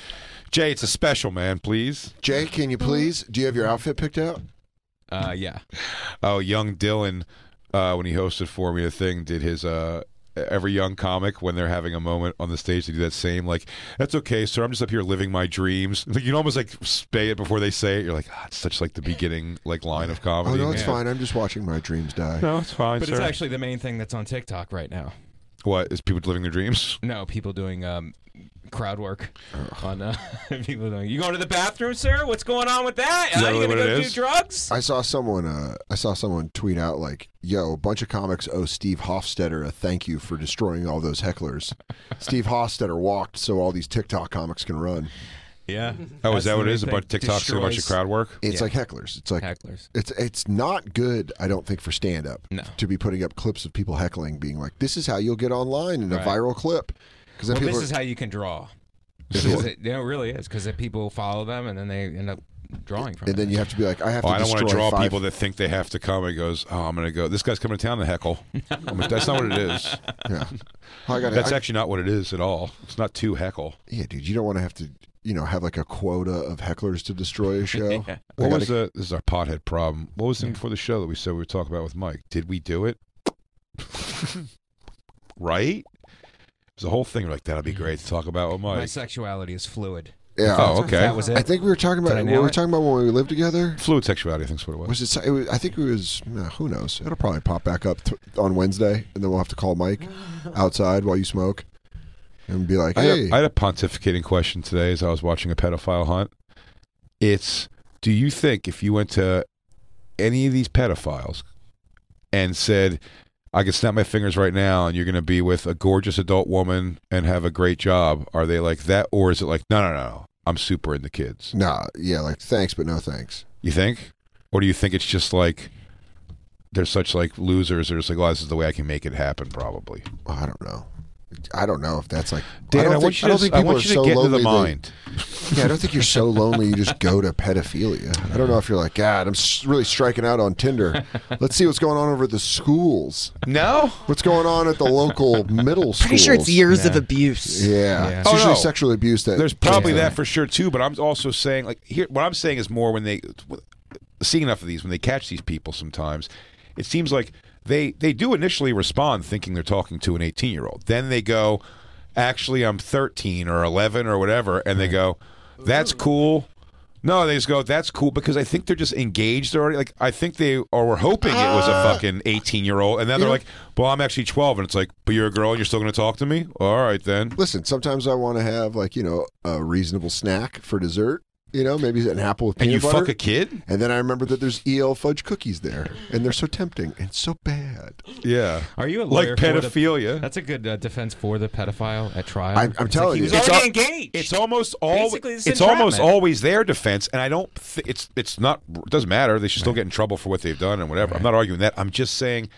Jay, it's a special, man. Please. Jay, can you please? Do you have your outfit picked out? Uh, yeah. Oh, young Dylan, uh, when he hosted for me, the thing did his. Uh, Every young comic, when they're having a moment on the stage, they do that same like, "That's okay, sir. I'm just up here living my dreams." Like, you can almost like spay it before they say it. You're like, ah, "It's such like the beginning like line of Oh comedy." no, it's Yeah. fine. I'm just watching my dreams die. No, it's fine, But sir. it's actually the main thing that's on TikTok right now. what is people living their dreams? No, people doing um, crowd work on uh, people doing. You going to the bathroom, sir? What's going on with that? Is that Are you really gonna what it go do is? drugs? I saw someone. Uh, I saw someone tweet out like, "Yo, a bunch of comics owe Steve Hofstetter a thank you for destroying all those hecklers." Steve Hofstetter walked so all these TikTok comics can run. Yeah. Oh, is that what it is? A bunch of TikToks and a bunch of crowd work. It's Yeah. like hecklers. It's like hecklers. it's it's not good. I don't think for stand up No. to be putting up clips of people heckling, being like, "This is how you'll get online in a Right. viral clip." Because Well, this people is are, how you can draw. Is 'Cause it? it, you know, it really is because people follow them and then they end up drawing from and it. then you have to be like, "I have Oh, to." I don't want to destroy draw five- people that think they have to come and goes, "Oh, I'm going to go." This guy's coming to town to heckle. I'm like, That's not what it is. Yeah, I got That's actually not what it is at all. It's not too heckle. Yeah, dude, you don't want to have to, you know, have like a quota of hecklers to destroy a show. I What gotta- Hmm. was the? This is our pothead problem. What was the thing before the show that we said we were talking about with Mike? Did we do it? right. There's a whole thing like that'll be great to talk about with My Mike. sexuality is fluid. Yeah. Oh, okay. That was it. I think we were talking Did I about. nail Were we it? talking about when we lived together? Fluid sexuality, I think, is what it was. Was it? so- it was- I think it was. uh, who knows? It'll probably pop back up th- on Wednesday, and then we'll have to call Mike outside while you smoke, and be like, I had, "Hey, a, I had a pontificating question today as I was watching a pedophile hunt. It's do you think if you went to any of these pedophiles and said, I can snap my fingers right now and you're going to be with a gorgeous adult woman and have a great job, are they like that? Or is it like, no, no, no, I'm super into kids? nah, yeah, like thanks, but no thanks." You think? Or do you think it's just like they're such like losers? They're just like, oh, this is the way I can make it happen, probably. Well, I don't know. I don't know if that's like. Dan, I, don't want think- you to, don't think I people want are you to so get into the lonely they- mind. Yeah, I don't think you're so lonely you just go to pedophilia. I don't know if you're like, God, I'm s- really striking out on Tinder. Let's see what's going on over at the schools. No? What's going on at the local middle school? Pretty sure it's years of abuse. Yeah. Yeah. It's Oh, usually no. sexual abuse that There's probably Yeah. that for sure too. But I'm also saying like here, what I'm saying is more when they see enough of these when they catch these people. Sometimes it seems like they they do initially respond thinking they're talking to an 18 year old. Then they go, actually I'm 13 or 11 or whatever, and they go, that's cool. No, they just go. That's cool because I think they're just engaged already. Like I think they or were hoping it was a fucking eighteen-year-old, and now they're like, "Well, I'm actually 12," and it's like, "But you're a girl, and you're still going to talk to me? All right then." Listen, sometimes I want to have like you know a reasonable snack for dessert. You know, maybe an apple with And peanut you butter. fuck a kid? and then I remember that there's EL fudge cookies there, and they're so tempting and so bad. Yeah. Are you a Like lawyer for the- pedophilia. that's a good uh, defense for the pedophile at trial. I'm, I'm It's like telling he was you, It's already al- engaged. It's almost always Basically, this it's, is almost entrapment. always their defense, and I don't. Th- it's it's not it doesn't matter. They should still get in trouble for what they've done and whatever. I'm not arguing that. I'm just saying.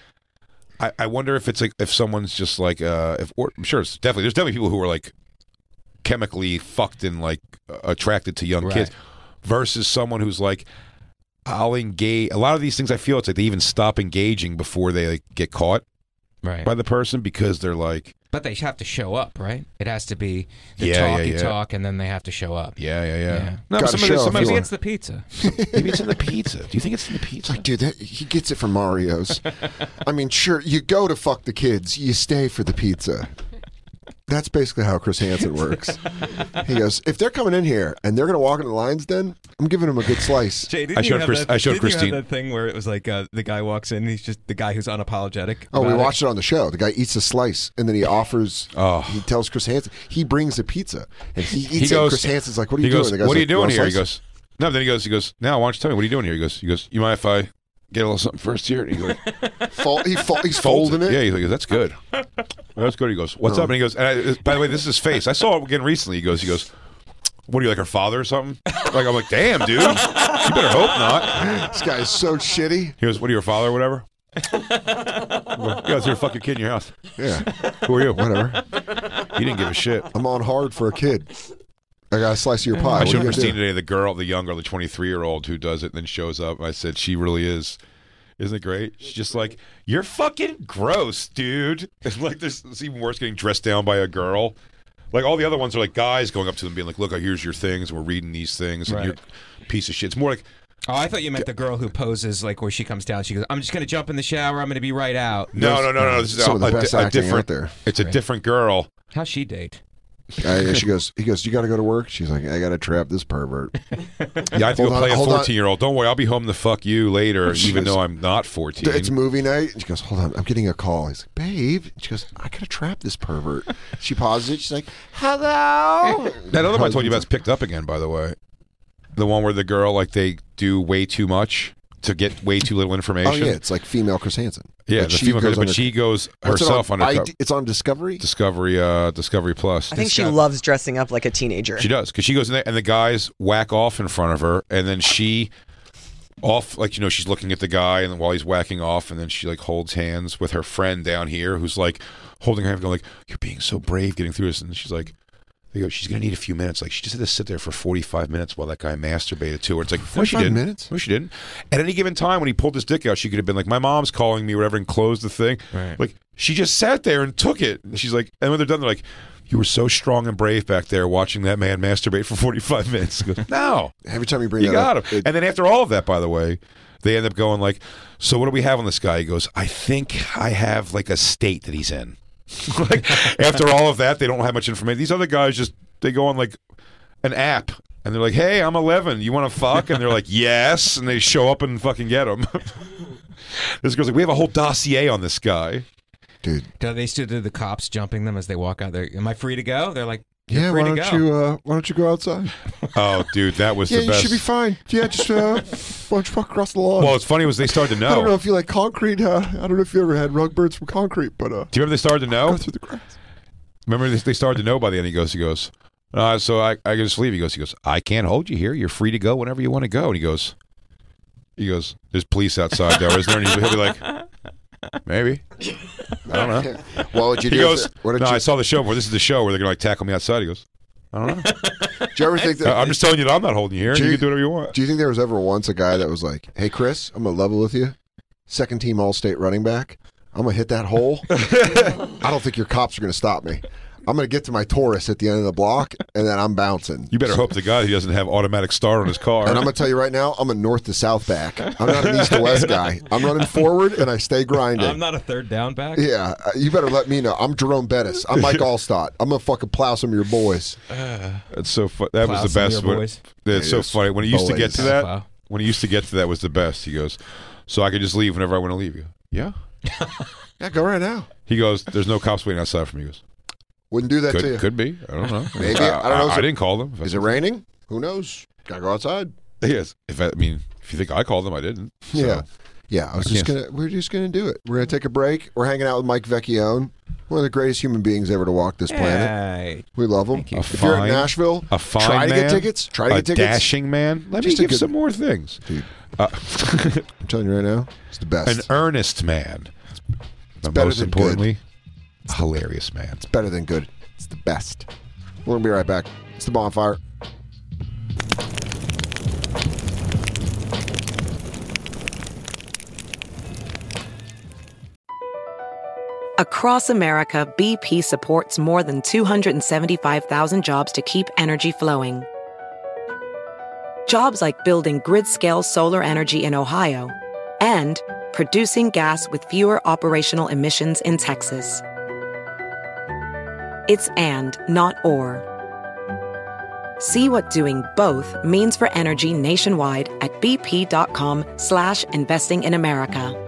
I, I wonder if it's like if someone's just like uh if or I'm sure it's definitely there's definitely people who are like chemically fucked and like uh, attracted to young Right. kids versus someone who's like I'll engage. A lot of these things I feel it's like they even stop engaging before they like, get caught right. by the person because they're like But they have to show up, right? It has to be the Yeah, yeah, talky yeah. talk, and then they have to show up. yeah yeah yeah. Yeah. No, but Gotta some of show the, if some you of Maybe Sure. it's the pizza. Maybe it's in the pizza. Do you think it's in the pizza? dude, that, he gets it from Mario's. I mean, sure, you go to fuck the kids, you stay for the pizza. That's basically how Chris Hansen works. He goes, if they're coming in here and they're going to walk into the lines, then I'm giving them a good slice. Jay, didn't I you showed have Chris- that, I showed didn't Christine. You have that thing where it was like uh, the guy walks in, he's just the guy who's unapologetic. Oh, we about it. watched it on the show. The guy eats a slice and then he offers. Oh. He tells Chris Hansen he brings a pizza and he eats He it. and goes. Chris Hansen's like, "What are you he goes, doing?" The guy's what are like, you "You doing want a here? He slice?" goes. No. Then he goes. He goes. Now, why don't you tell me what are you doing here? He goes. He goes. You mind if I get a little something first here? And he goes, Fold- he fol- he's folds folding it. Yeah. He goes. That's good. That's good. He goes. What's up? And he goes. And I, by the way, this is his face. I saw it again recently. He goes. He goes. What are you like her father or something? Like I'm like, damn, dude. You better hope not. This guy is so shitty. He goes. What are your father or whatever? You guys are a fucking kid in your house. Yeah, Who are you? whatever. He didn't give a shit. I'm on hard for a kid. I got a slice of your pie. I What are showed you gonna do? Christine today the girl, the young girl, the 23 year old who does it and then shows up. I said, she really is. Isn't it great? She's just like, you're fucking gross, dude. It's like, there's it's even worse getting dressed down by a girl. Like, all the other ones are like guys going up to them being like, look, uh, here's your things. We're reading these things and you're a piece of shit. It's more like, Oh, I thought you meant the girl who poses like where she comes down. She goes, "I'm just gonna jump in the shower. I'm gonna be right out." no, no, no, no. This is Some of a, the a best di- a acting different, out there. It's a different girl. How's she date? Uh, yeah, she goes. He goes. You got to go to work. She's like, I got to trap this pervert. Yeah, I have to Hold go on, play a hold on. 14 year old. Don't worry, I'll be home to fuck you later, even Jeez. though I'm not 14. It's movie night. And she goes, Hold on, I'm getting a call. He's like, Babe. And she goes, I got to trap this pervert. She pauses it. She's like, Hello. That other one I told you about is picked up again, by the way. The one where the girl like they do way too much to get way too little Oh information. yeah, it's like female Chris Hansen. Yeah, Like, the female goes, but under- she goes What's it herself on, on, ID It's on Discovery. Discovery uh Discovery Plus. I think she Disgust- loves dressing up like a teenager. She does because she goes in there and the guys whack off in front of her, and then she off like you know she's looking at the guy, and while he's whacking off, and then she like holds hands with her friend down here who's like holding her hand, going like you're being so brave getting through this, and she's like. They go, she's gonna need a few minutes. Like she just had to sit there for forty-five minutes while that guy masturbated to her. It's like, no, she 45 didn't. minutes? No, she didn't. At any given time, when he pulled his dick out, she could have been like, "My mom's calling me," or whatever, and closed the thing. Right. Like she just sat there and took it. And she's like, and when they're done, they're like, "You were so strong and brave back there, watching that man masturbate for forty-five minutes." He Goes, no, Every time you bring you that got him. up, it- And then after all of that, by the way, they end up going like, "So what do we have on this guy?" He goes, "I think I have like a state that he's in." like after all of that, they don't have much information. These other guys just they go on like an app. And they're like, "Hey, I'm 11. You want to fuck?" And they're like, "Yes." And they show up and fucking get him. this girl's like, "We have a whole dossier on this guy." dude. Do they still do the cops jumping them as they walk out there? Am I free to go? They're like, You're Yeah, free why to don't go. you uh, why don't you go outside? Oh, dude, that was yeah, the you best. should be fine. Yeah, just uh, why don't you walk across the lawn? well, it's funny was they started to I don't know know. if you like concrete. Uh, I don't know if you ever had rug birds from concrete, but uh, Do you remember they started to go know? through the grass. Remember they, they started to know by the end. He goes, he goes, uh, so I, I can just leave. He goes, he goes, I can't hold you here. You're free to go whenever you want to go. And he goes, he goes, there's police outside there, isn't there? And he'll be like, maybe. I don't know. What would you He do? goes, what no, did, you, I saw the show before. This is the show where they're going to like tackle me outside. He goes, I don't know. did you ever think that? I- I'm just telling you that I'm not holding you here. Do You you- can do whatever you want. Do you think there was ever once a guy that was like, "Hey, Chris, I'm gonna level with you, second team All State running back. I'm gonna hit that hole. I don't think your cops are gonna stop me. I'm gonna get to my Taurus at the end of the block, and then I'm bouncing. You better hope to God he doesn't have automatic star on his car. And I'm gonna tell you right now, I'm a north to south back. I'm not an east to west guy. I'm running forward and I stay grinding. I'm not a third down back. yeah, uh, you better let me know. I'm Jerome Bettis. I'm Mike Allstott. I'm gonna fucking plow some of your boys. It's so fu- that was Plow the some of best. your When, boys. it's so Yes. funny when he used to get to Boys. that. Plow. When he used to get to that was the best. He goes, so I can just leave whenever I want to leave. You, yeah. Yeah, go right now. He goes, there's no cops waiting outside for me. He goes, Wouldn't do that to you. could, could be. I don't know. Maybe. I, I don't know. I, Is it- didn't call them. Is it raining? Who knows? Gotta go outside. Yes. If I, I mean, if you think I called them, I didn't. So, Yeah. Yeah, I was I just can't- gonna. We're just gonna do it. We're gonna take a break. We're hanging out with Mike Vecchione, one of the greatest human beings ever to walk this planet. Hey. We love him. you. A If you're fine- in Nashville, A fine try to man, get tickets. Try to a get tickets. dashing man. Let Just a me give good- some more things. Dude. Uh, I'm telling you right now, it's the best. an earnest man. but better most than importantly, hilarious man. better than good. It's the best. We're gonna be right back. It's the bonfire. Across America, BP supports more than 275,000 jobs to keep energy flowing. Jobs like building grid scale solar energy in Ohio and producing gas with fewer operational emissions in Texas. It's and, not or. See what doing both means for energy nationwide at bp.com slash investing in America.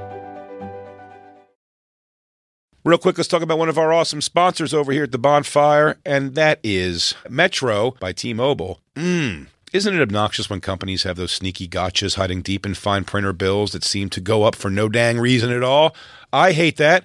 Real quick, let's talk about one of our awesome sponsors over here at the bonfire, and that is Metro by T Mobile. Mmm. Isn't it obnoxious when companies have those sneaky gotchas hiding deep in fine printer bills that seem to go up for no dang reason at all? I hate that.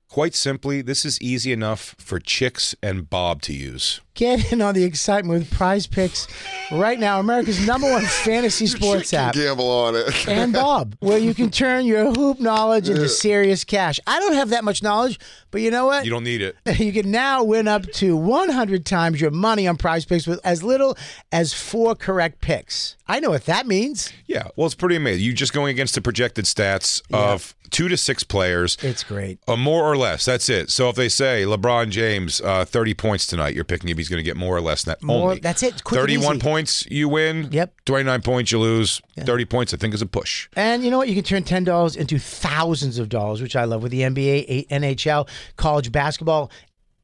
Quite simply, this is easy enough for chicks and Bob to use. Get in on the excitement with prize picks right now. America's number one fantasy sports app. Gamble on it. and Bob, where you can turn your hoop knowledge into serious cash. I don't have that much knowledge, but you know what? You don't need it. You can now win up to 100 times your money on prize picks with as little as four correct picks. I know what that means. Yeah, well, it's pretty amazing. You're just going against the projected stats of two to six players, It's great. uh, more or less. That's it. So if they say LeBron James, uh, 30 points tonight, you're picking if he's going to get more or less than that. More- only. that's it. Quick and 31 easy. points, you win. Yep. 29 points, you lose. 30 points, I think, is a push. And you know what? You can turn ten dollars into thousands of dollars, which I love with the NBA, A- NHL, college basketball,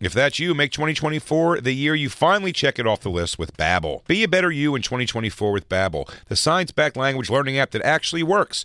If that's you, make 2024 the year you finally check it off the list with Babbel. Be a better you in 2024 with Babbel, the science-backed language learning app that actually works.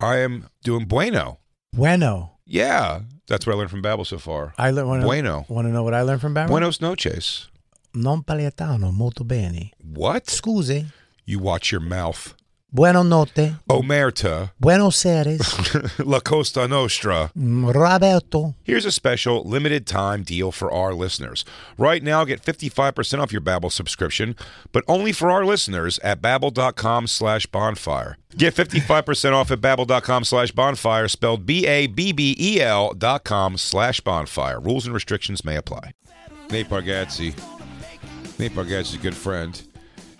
I am doing bueno. Bueno. Yeah, that's what I learned from Babbel so far. I learned. Wanna, Bueno. Want to know what I learned from Barry? Buenos noches. Non paliatano, molto bene. What? Scusi. You watch your mouth. Buenos notte. Omerta, Buenos Aires. La Costa Nostra. Roberto. Here's a special limited time deal for our listeners. Right now, get 55% off your Babbel subscription, but only for our listeners at babbel.com slash bonfire. Get 55% off at babbel.com slash bonfire, spelled B-A-B-B-E-L E dot com slash bonfire. Rules and restrictions may apply. Nate Bargatze. Nate Bargatze's a good friend.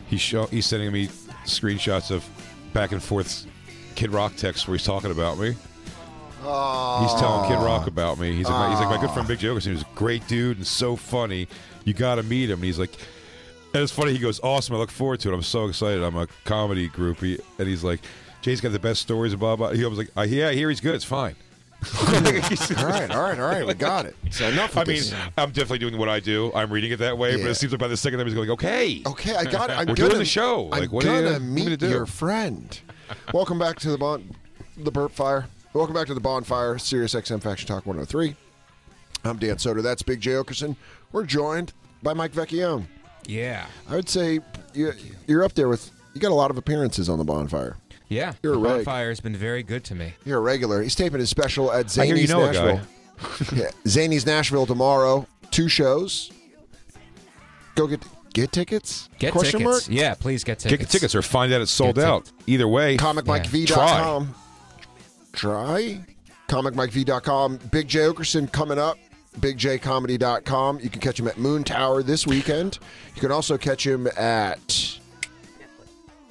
He's, show, he's sending me screenshots of back and forth Kid Rock texts where he's talking about me. He's telling Kid Rock about me. He's like, my, he's like my good friend Big Joe. He was a great dude and so funny. You got to meet him. And he's like, and it's funny. He goes, awesome. I look forward to it. I'm so excited. I'm a comedy groupie. And he's like, Jay's got the best stories about. blah. He was like, I, yeah, I hear he's good. It's fine. All right, all right, all right. We got it. So enough. I of mean, this. I'm definitely doing what I do. I'm reading it that way, but Yeah. it seems like by the second time he's going, okay, okay, I got it. I'm We're gonna, doing the show. I'm Like, what do you gonna want me meet to do? your friend. Welcome back to the bon, the burp fire. Welcome back to the bonfire. Sirius XM Faction Talk 103. I'm Dan Soder. That's Big J Okerson. We're joined by Mike Vecchione. Yeah. I would say you, you're up there with. You got a lot of appearances on the bonfire. Yeah. You're the right. Bonfire has been very good to me. You're a regular. He's taping his special at I hear you Zany's know a guy. Nashville. yeah, Zany's Nashville tomorrow. Two shows. Go get get tickets. Get Question tickets. mark. Yeah, please get Get tickets. tickets or find out it's sold Get out. Either way, ComicMikeV.com. Try. ComicMikeV.com. Big J Okerson coming up. BigJComedy.com. You can catch him at Moon Tower this weekend. You can also catch him at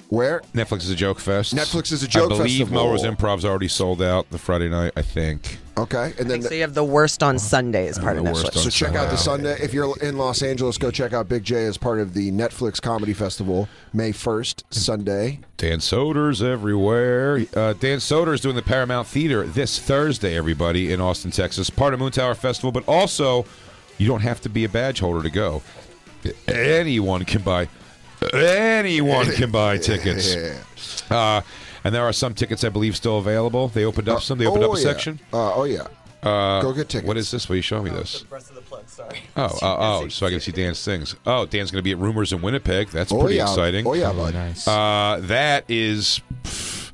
where? Netflix is a joke fest. Netflix is a joke I believe festival. Melrose Improv's already sold out the Friday night. I think. Okay, and then So you have the worst on Sunday as part of the worst Netflix. on So check out the Sunday. If you're in Los Angeles, go check out Big J as part of the Netflix Comedy Festival, May 1st, Sunday. Dan Soder's everywhere. Uh, Dan Soder's doing the Paramount Theater this Thursday, everybody, in Austin, Texas. Part of Moon Tower Festival, but also you don't have to be a badge holder to go. Anyone can buy. Anyone can buy tickets. Uh, and there are some tickets, I believe, still available. They opened up some. They opened oh, up a yeah. section. Uh, oh, yeah. go get tickets. What is this? Will you show me this? rest of the plug, sorry. Oh, oh, oh, so I can see Dan sings. Oh, Dan's going to be at Rumors in Winnipeg. That's oh, pretty yeah. exciting. Oh, yeah, bud. Nice. Uh, that is pff,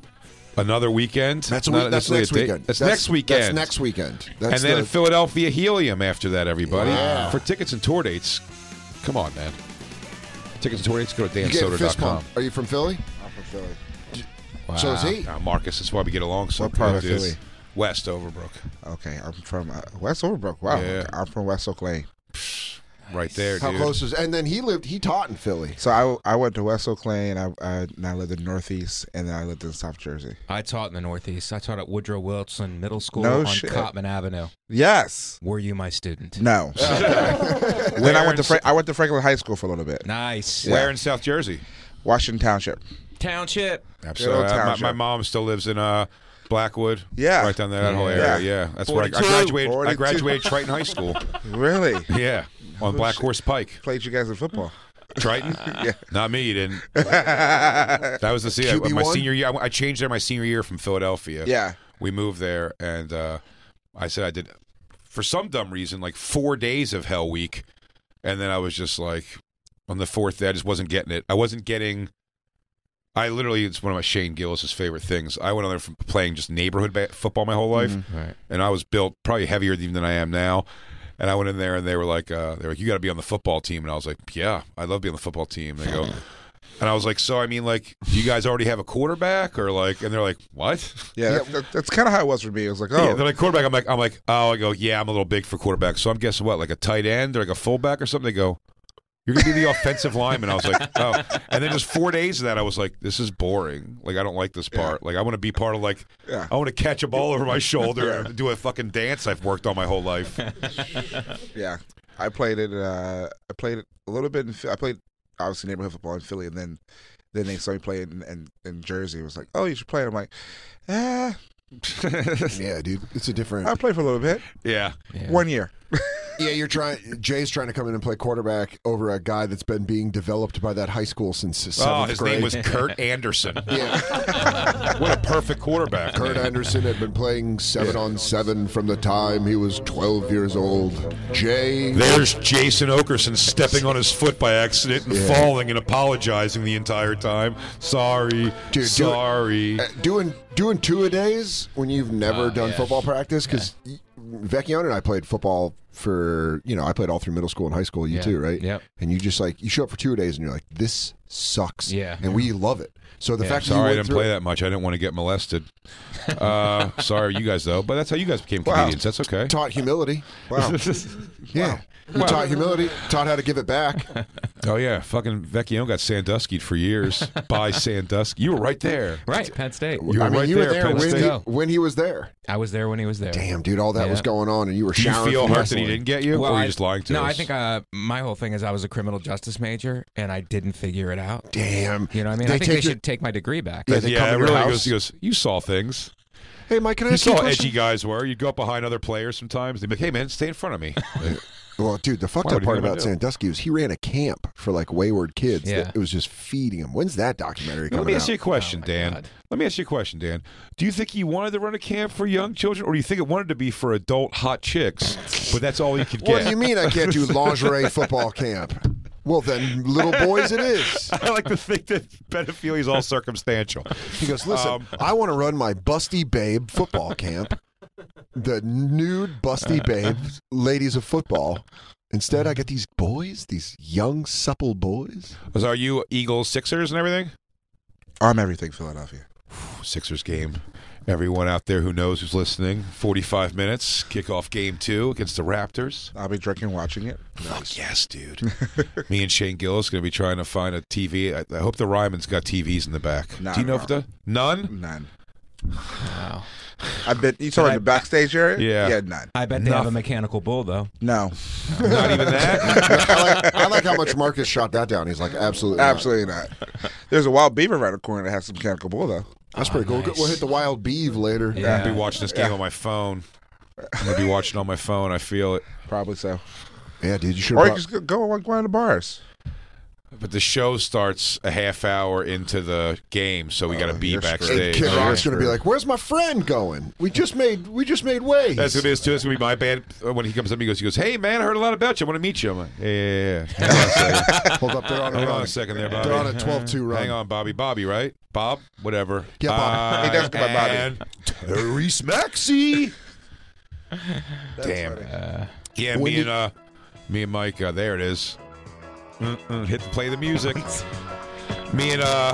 another weekend. That's, a Not week, that's necessarily next a date. weekend. That's, That's- next weekend. That's next weekend. And That's then the- in Philadelphia Helium after that, everybody. Yeah. For tickets and tour dates, come on, man. Tickets and tour dates, go to you get fist dansoder.com. pump. Are you from Philly? I'm from Philly. So is he. Ah, Marcus, that's why we get along so What part good, of dude. Philly? West Overbrook. Okay, I'm from uh, West Overbrook. Wow, Yeah. I'm from West Oak Lane. right there, How dude. close was? And then he lived. He taught in Philly. So I, I went to West Oak Lane, and I, I, and I lived in Northeast, and then I lived in South Jersey. I taught in the Northeast. I taught at Woodrow Wilson Middle School No on shit. Cotman Avenue. Yes. Were you my student? No. then I went to Fra- I went to Franklin High School for a little bit. Nice. Where in South Jersey? Washington Township. Township. Absolutely. Uh, old my, township. my mom still lives in uh, Blackwood. Yeah. Right down there, that whole Yeah. area. Yeah. That's where I, I 42. graduated. I 42. graduated Triton High School. Really? Yeah. On Black Horse Pike. Played you guys in football. Triton? Not me, you didn't. That was the se- QB1? my senior year. I, I changed there my senior year from Philadelphia. Yeah. We moved there, and uh, I said I did, for some dumb reason, like four days of Hell Week. And then I was just like, on the fourth day, I just wasn't getting it. I wasn't getting. I literally, it's one of my Shane Gillis' favorite things. I went on there from playing just neighborhood ba- football my whole life, Right. and I was built probably heavier even than I am now. And I went in there, and they were like, uh, "They were like, you got to be on the football team." And I was like, "Yeah, I love being on the football team." They go, and I was like, "So I mean, like, do you guys already have a quarterback, or like?" And they're like, "What?" Yeah, that- that- that's kind of how it was for me. It was like, Yeah, oh, they're like quarterback. I'm like, I'm like, oh, I go, yeah, I'm a little big for quarterback. So I'm guessing what, like a tight end or like a fullback or something. They go, you're gonna be the offensive lineman. I was like, oh, and then just four days of that, I was like, this is boring. Like I don't like this part. Like I want to be part of like, Yeah. I want to catch a ball over my shoulder and do a fucking dance I've worked on my whole life. yeah. I played it. Uh, I played it a little bit. In, Phil- I played obviously neighborhood football in Philly, and then then they saw me play in, in, in Jersey. It was like, oh, you should play. I'm like, eh, Yeah, dude, it's a different. I played for a little bit, Yeah, one year. Yeah, you're trying. Jay's trying to come in and play quarterback over a guy that's been being developed by that high school since the seventh Oh, his grade. name was Kurt Anderson. yeah, What a perfect quarterback. Kurt Anderson had been playing seven on seven from the time he was 12 years old. Jay, There's Jason Okerson stepping on his foot by accident and Yeah. falling and apologizing the entire time. Sorry, Dude, do it. sorry. uh, doing doing two a days when you've never Ah, done football practice because Vecchione and I played football for you know I played all through middle school and high school. You Yeah. too, right? Yep. And you just like you show up for two a days and you're like, this sucks. Yeah. And we love it. So the fact that you Sorry, I went didn't through play it- that much. I didn't want to get molested. Uh, sorry, you guys though. But that's how you guys became comedians. That's okay. taught humility. Wow. Yeah. You taught humility, taught how to give it back. Oh yeah, fucking Vecchione got Sandusky for years by Sandusky. You were right there. Right. Penn State. You were I mean, right you there. were there Penn when State. he, Go. when he was there. I was there when he was there. Damn, dude, all that was Yeah. going on, and you were Do you showering. feel from hurt that he wrestling. didn't get you, or were I- you just lying to no, us? I think uh, my whole thing is I was a criminal justice major and I didn't figure it out. Damn. You know what I mean? They I think take they your- should take my degree back. Yeah, they come yeah, it in your really house. goes. He goes. You saw things. Hey, Mike, can I You ask you a saw how question? edgy guys were. You'd go up behind other players sometimes. They'd be like, "Hey, man, stay in front of me." Well, dude, the fucked Why up would he part ever about do? Sandusky was he ran a camp for like wayward kids. that Yeah. It was just feeding them. When's that documentary Now, coming let me ask out? you a question, Oh, my Dan. God. Let me ask you a question, Dan. Do you think he wanted to run a camp for young children, or do you think it wanted to be for adult hot chicks? But that's all he could get. What do you mean I can't do lingerie football camp? Well, then, little boys, it is. I like to think that pedophilia is all circumstantial. He goes, listen, Um, I want to run my busty babe football camp, the nude busty babe ladies of football. Instead, I get these boys, these young supple boys. So are you Eagles, Sixers, and everything? I'm everything Philadelphia. Sixers game. Everyone out there who knows who's listening, 45 minutes, kickoff game two against the Raptors. I'll be drinking, watching it. Fuck yes, dude. Me and Shane Gillis going to be trying to find a TV. I, I hope the Ryman's got TVs in the back. Nah, Do you know nah. if the none? None. I've been. You talking the backstage area? Yeah. Yeah, none. I bet they have a mechanical bull though. No, Not even that. I like, I like how much Marcus shot that down. He's like, absolutely. not." absolutely not. There's a wild beaver right around the corner that has some mechanical bull though. That's pretty cool. We'll hit the wild beeve later. I'll be watching this game on my phone. I'm gonna be watching on my phone. I feel it. Probably so. Yeah, dude, you should Or you have just go- go like one of the bars. But the show starts a half hour into the game, so we got to be you're backstage. screwed. Kid Oh, Rock's yeah. gonna be like, "Where's my friend going? We just made we just made way." That's gonna be his too. That's gonna be my bad. Uh, When he comes up, he goes, he goes, "Hey man, I heard a lot about you. I want to meet you." I'm like, "Yeah, yeah, yeah, yeah." Hang on a second. Hold up, they're on a Hang on run. a second there, They're on a Bobby. 12-2 run. Hang on, Bobby. Bobby, right? Bob, whatever. Yeah, Bob. He does go by Bobby. and Therese Maxey. Damn. yeah, When me did- and uh, me and Mike. Uh, there it is. Mm-mm, hit the play the music. me and uh,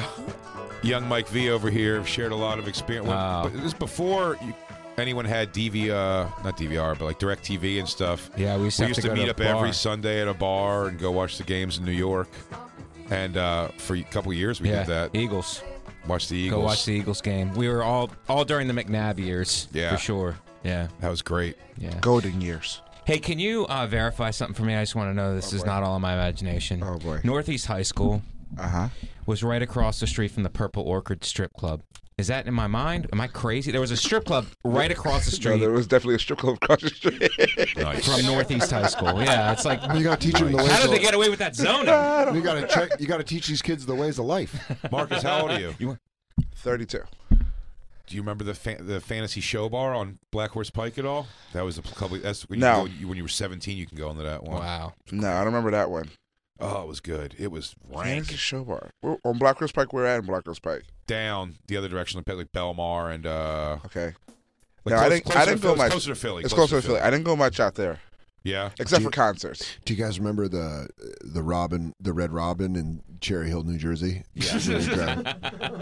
young Mike V over here have shared a lot of experience. Well, Wow. but this is before you anyone had DV, uh, not DVR, but like DirecTV and stuff. Yeah, we used to have to go to meet a up every bar. Sunday at a bar and go watch the games in New York. And uh, for a couple years, we Yeah, did that. Eagles. Watch the Eagles. Go watch the Eagles game. We were all all during the McNabb years. Yeah. for sure. Yeah, that was great. Yeah. Golden years. Hey, can you uh, verify something for me? I just want to know Oh, this is not all in my imagination. Oh boy. Northeast High School. Uh huh. Was right across the street from the Purple Orchid Strip Club. Is that in my mind? Am I crazy? There was a strip club right across the No, street there was definitely a strip club across the street. from Northeast High School. Yeah, it's like you gotta teach them the ways. How of- did they get away with that zoning? You gotta check. You gotta teach these kids the ways of life. Marcus, how old are you? You- 32. Do you remember the fa- the fantasy show bar on Black Horse Pike at all? That was a couple. That's when you, go- No. you- when you were seventeen. You can go into that one. Wow. No, I don't remember that one. Oh, it was good. It was rank Fantasy show bar. We're on Black Rose Pike. We're at in Black Rose Pike. down the other direction, like like Belmar and uh, Okay. Like no, I close- didn't. closer I to didn't Philly- go much. closer to Philly, It's closer closer to to Philly. I didn't go much out there, yeah. except Do you- for concerts. Do you guys remember the the Robin, the Red Robin in Cherry Hill, New Jersey? Yeah.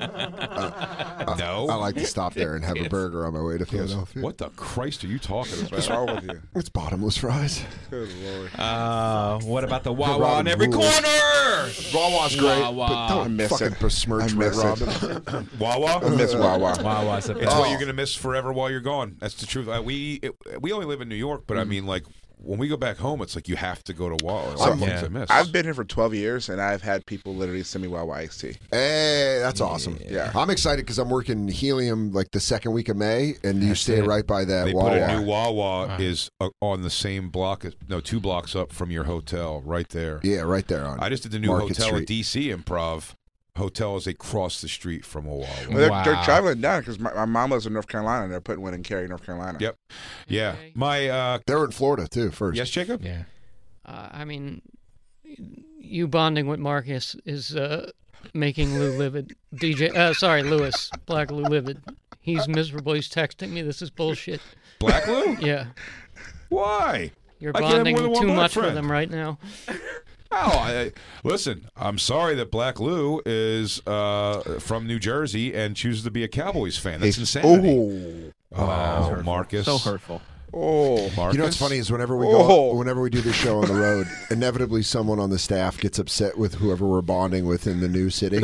Uh, no. I like to stop there and have a burger on my way to Philadelphia. What the Christ are you talking about? What's wrong with you? It's bottomless fries. Good lord. Uh, what about the Wawa on Robin every rules. corner? Wawa's great, Wawa. but I don't miss fucking it. besmirch I Red miss Robin. Wawa. I miss Wawa. Oh. Wawa's the It's best. what you're gonna miss forever while you're gone. That's the truth. Uh, we it, we only live in New York, Mm-hmm. but I mean, like when we go back home, it's like you have to go to Wawa. So- Some things I miss. I've been here for 12 years, and I've had people literally send me Wawa iced tea. Hey, that's awesome. Yeah. I'm excited because I'm working Helium like the second week of May, and you stay right by that They Wawa. put a new Wawa is uh, on the same block, as, no, two blocks up from your hotel, right there. yeah, right there on. I just did the new Market hotel Street. at DC Improv. Hotel is across the street from a Wawa. Well, they're, they're Wow. traveling down because my, my mom lives in North Carolina, and they're putting one in Cary, North Carolina. Yep. Yeah, my uh, They're in Florida too. First, yes, Jacob. Yeah. Uh, I mean, you bonding with Marcus is uh, making Lou livid. DJ, uh, sorry, Lewis, Black Lou livid. He's miserable. He's texting me. This is bullshit. Black Lou? Yeah, Why? you're I can't have bonding more than one too much boyfriend. with him right now. Oh, I, listen, I'm sorry that Black Lou is uh, from New Jersey and chooses to be a Cowboys fan. That's insanity. Oh, Oh, Marcus. So hurtful. oh, Marcus. You know what's funny is whenever we Oh. go, whenever we do this show on the road, inevitably someone on the staff gets upset with whoever we're bonding with in the new city.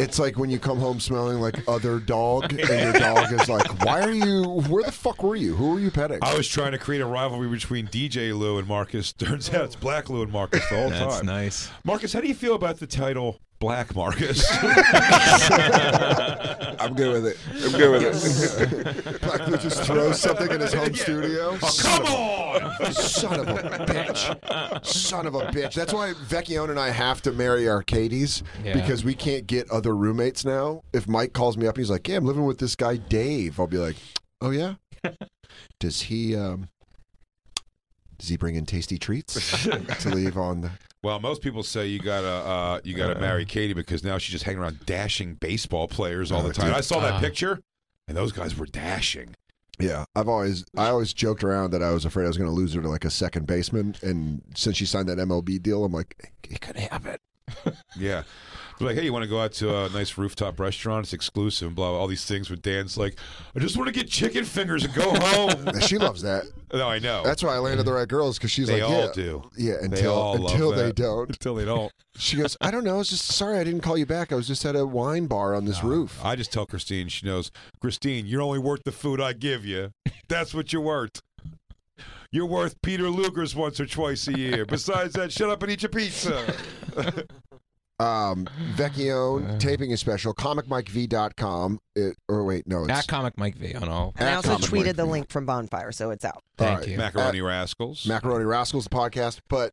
it's like when you come home smelling like other dog, and your dog is like, "Why are you? Where the fuck were you? Who are you petting?" I was trying to create a rivalry between DJ Lou and Marcus. Turns out it's Black Lou and Marcus the whole That's time. nice. Marcus, how do you feel about the title Black Marcus? I'm good with it. I'm good with it. Black Lou just throws something in his home studio. Oh, Come on! Son of a bitch. Son of a bitch. That's why Vecchione and I have to marry Arcades Yeah. because we can't get other roommates now. If Mike calls me up and he's like, Yeah, I'm living with this guy, Dave, I'll be like, Oh, yeah? Does he. Um, does he bring in tasty treats to leave on the? Well, most people say you gotta uh, you gotta marry Katie because now she's just hanging around dashing baseball players all Oh, the time. dude. I saw that Ah. picture, and those guys were dashing. Yeah, I've always I always joked around that I was afraid I was going to lose her to like a second baseman, and since she signed that MLB deal, I'm like, it could happen. Yeah. They're like, hey, you want to go out to a nice rooftop restaurant? It's exclusive, blah, blah, all these things. With Dan's like, I just want to get chicken fingers and go home. She loves that. no, I know. That's why I landed the right girls because she's they like, all yeah, do. Yeah, They until all love until they that. don't. Until they don't. She goes, I don't know. I was just sorry I didn't call you back. I was just at a wine bar on Ah, this roof. I just tell Christine, she knows, Christine, you're only worth the food I give you. That's what you're worth. You're worth Peter Luger's once or twice a year. Besides that, shut up and eat your pizza. Um, Vecchione Uh. taping is special. ComicMikeV.com. It, or wait, no, it's At Comic Mike V on all. And I also Common tweeted the Wave. link from Bonfire, so it's out. Thank Alright. you. Macaroni Rascals. Macaroni Rascals, the podcast. But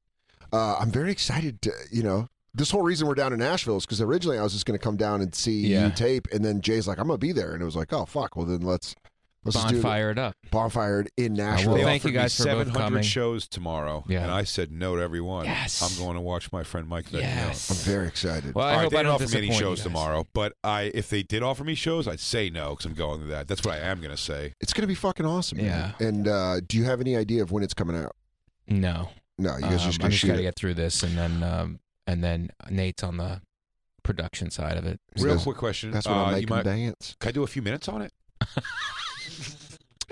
uh, I'm very excited to, you know, this whole reason we're down in Nashville is because originally I was just going to come down and see Yeah. you tape, and then Jay's like, I'm going to be there, and it was like, oh fuck, well then let's let's just Bonfire it up. do bonfired in will. Nashville. They Well, thank offered you guys me for both 700 coming. shows tomorrow, Yeah. and I said no to everyone. Yes. I'm going to watch my friend Mike Vecchione. Yes. I'm very excited. Well, I All right, hope they I didn't don't offer me any disappoint you shows guys. tomorrow, but I if they did offer me shows, I'd say no because I'm going to that. That's what I am going to say. it's going to be fucking awesome. man. And uh, do you have any idea of when it's coming out? No, No, you guys Um, just going I'm to just shoot gotta it. get through this, and then um, and then Nate's on the production side of it. So Real that's- quick question. That's what uh, I you make them might- dance. Can I do a few minutes on it?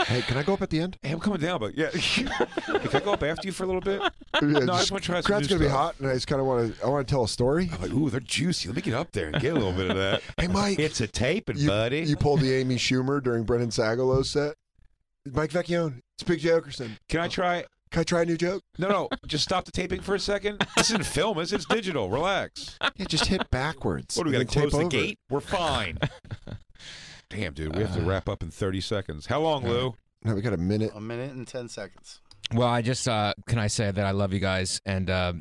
Hey, can I go up at the end? Hey, I'm coming down, but yeah. Can I go up after you for a little bit? no, I just want to try some Crowd's new gonna be stuff. hot, and I just kind of want to. I want to tell a story. I'm like, ooh, they're juicy. Let me get up there and get a little bit of that. Hey, Mike. It's a taping, you, buddy. You pulled the Amy Schumer during Brendan Sagalow's set. Mike Vecchione. It's Big J Okerson. Can I try? Can I try a new joke? No, no. Just stop the taping for a second. This isn't film. It's, it's digital. Relax. Yeah, just hit backwards. What, do we got and to then close tape the over it. gate? We're fine. Damn, dude. We have to wrap up in 30 seconds. How long, Lou? No, we got a minute. A minute and 10 seconds. Well, I just uh, can I say that I love you guys and uh,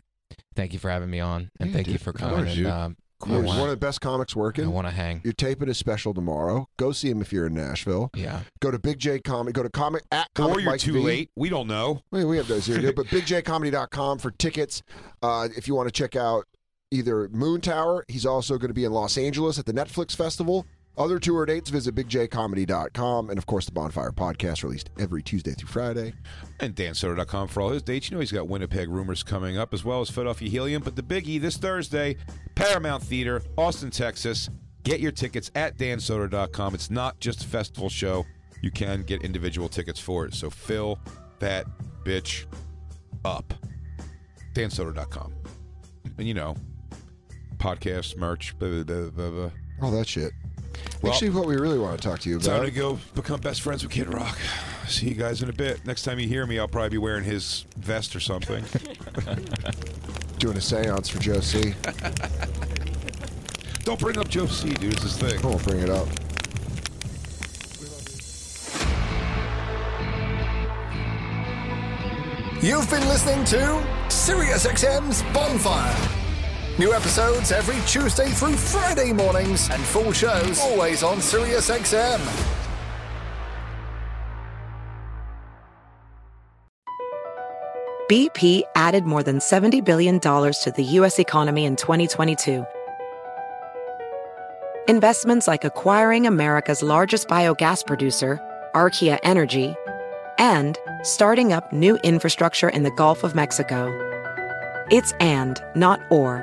thank you for having me on and Yeah, thank you dude. for Of coming. course, and, dude. um, I You're wanna- one of the best comics working. I want to hang. You're taping a special tomorrow. Go see him if you're in Nashville. Yeah. Go to Big J Comic. Go to comic at comic Or you're Mike too V. late. We don't know. We, we have those here, dude. but bigjcomedy.com for tickets. Uh, if you want to check out either Moon Tower, he's also going to be in Los Angeles at the Netflix Festival. Other tour dates, visit bigjcomedy.com. And of course, the Bonfire podcast released every Tuesday through Friday. And dansoder.com for all his dates. You know he's got Winnipeg rumors coming up as well as Philadelphia Helium. But the biggie this Thursday, Paramount Theater, Austin, Texas. Get your tickets at dansoder.com. It's not just a festival show. You can get individual tickets for it. So fill that bitch up. dansoder.com. And you know, podcasts, merch, blah, blah, blah, blah, blah. All that shit. Well- Actually, what we really want to talk to you Time about. to go become best friends with Kid Rock. See you guys in a bit. Next time you hear me, I'll probably be wearing his vest or something. Doing a seance for Joe C. Don't bring up Joe C, dude. It's his thing. I won't bring it up. You've been listening to SiriusXM's Bonfire. New episodes every Tuesday through Friday mornings, and full shows always on SiriusXM. BP added more than $70 billion to the U.S. economy in 2022. Investments like acquiring America's largest biogas producer, Archaea Energy, and starting up new infrastructure in the Gulf of Mexico. It's and, not or.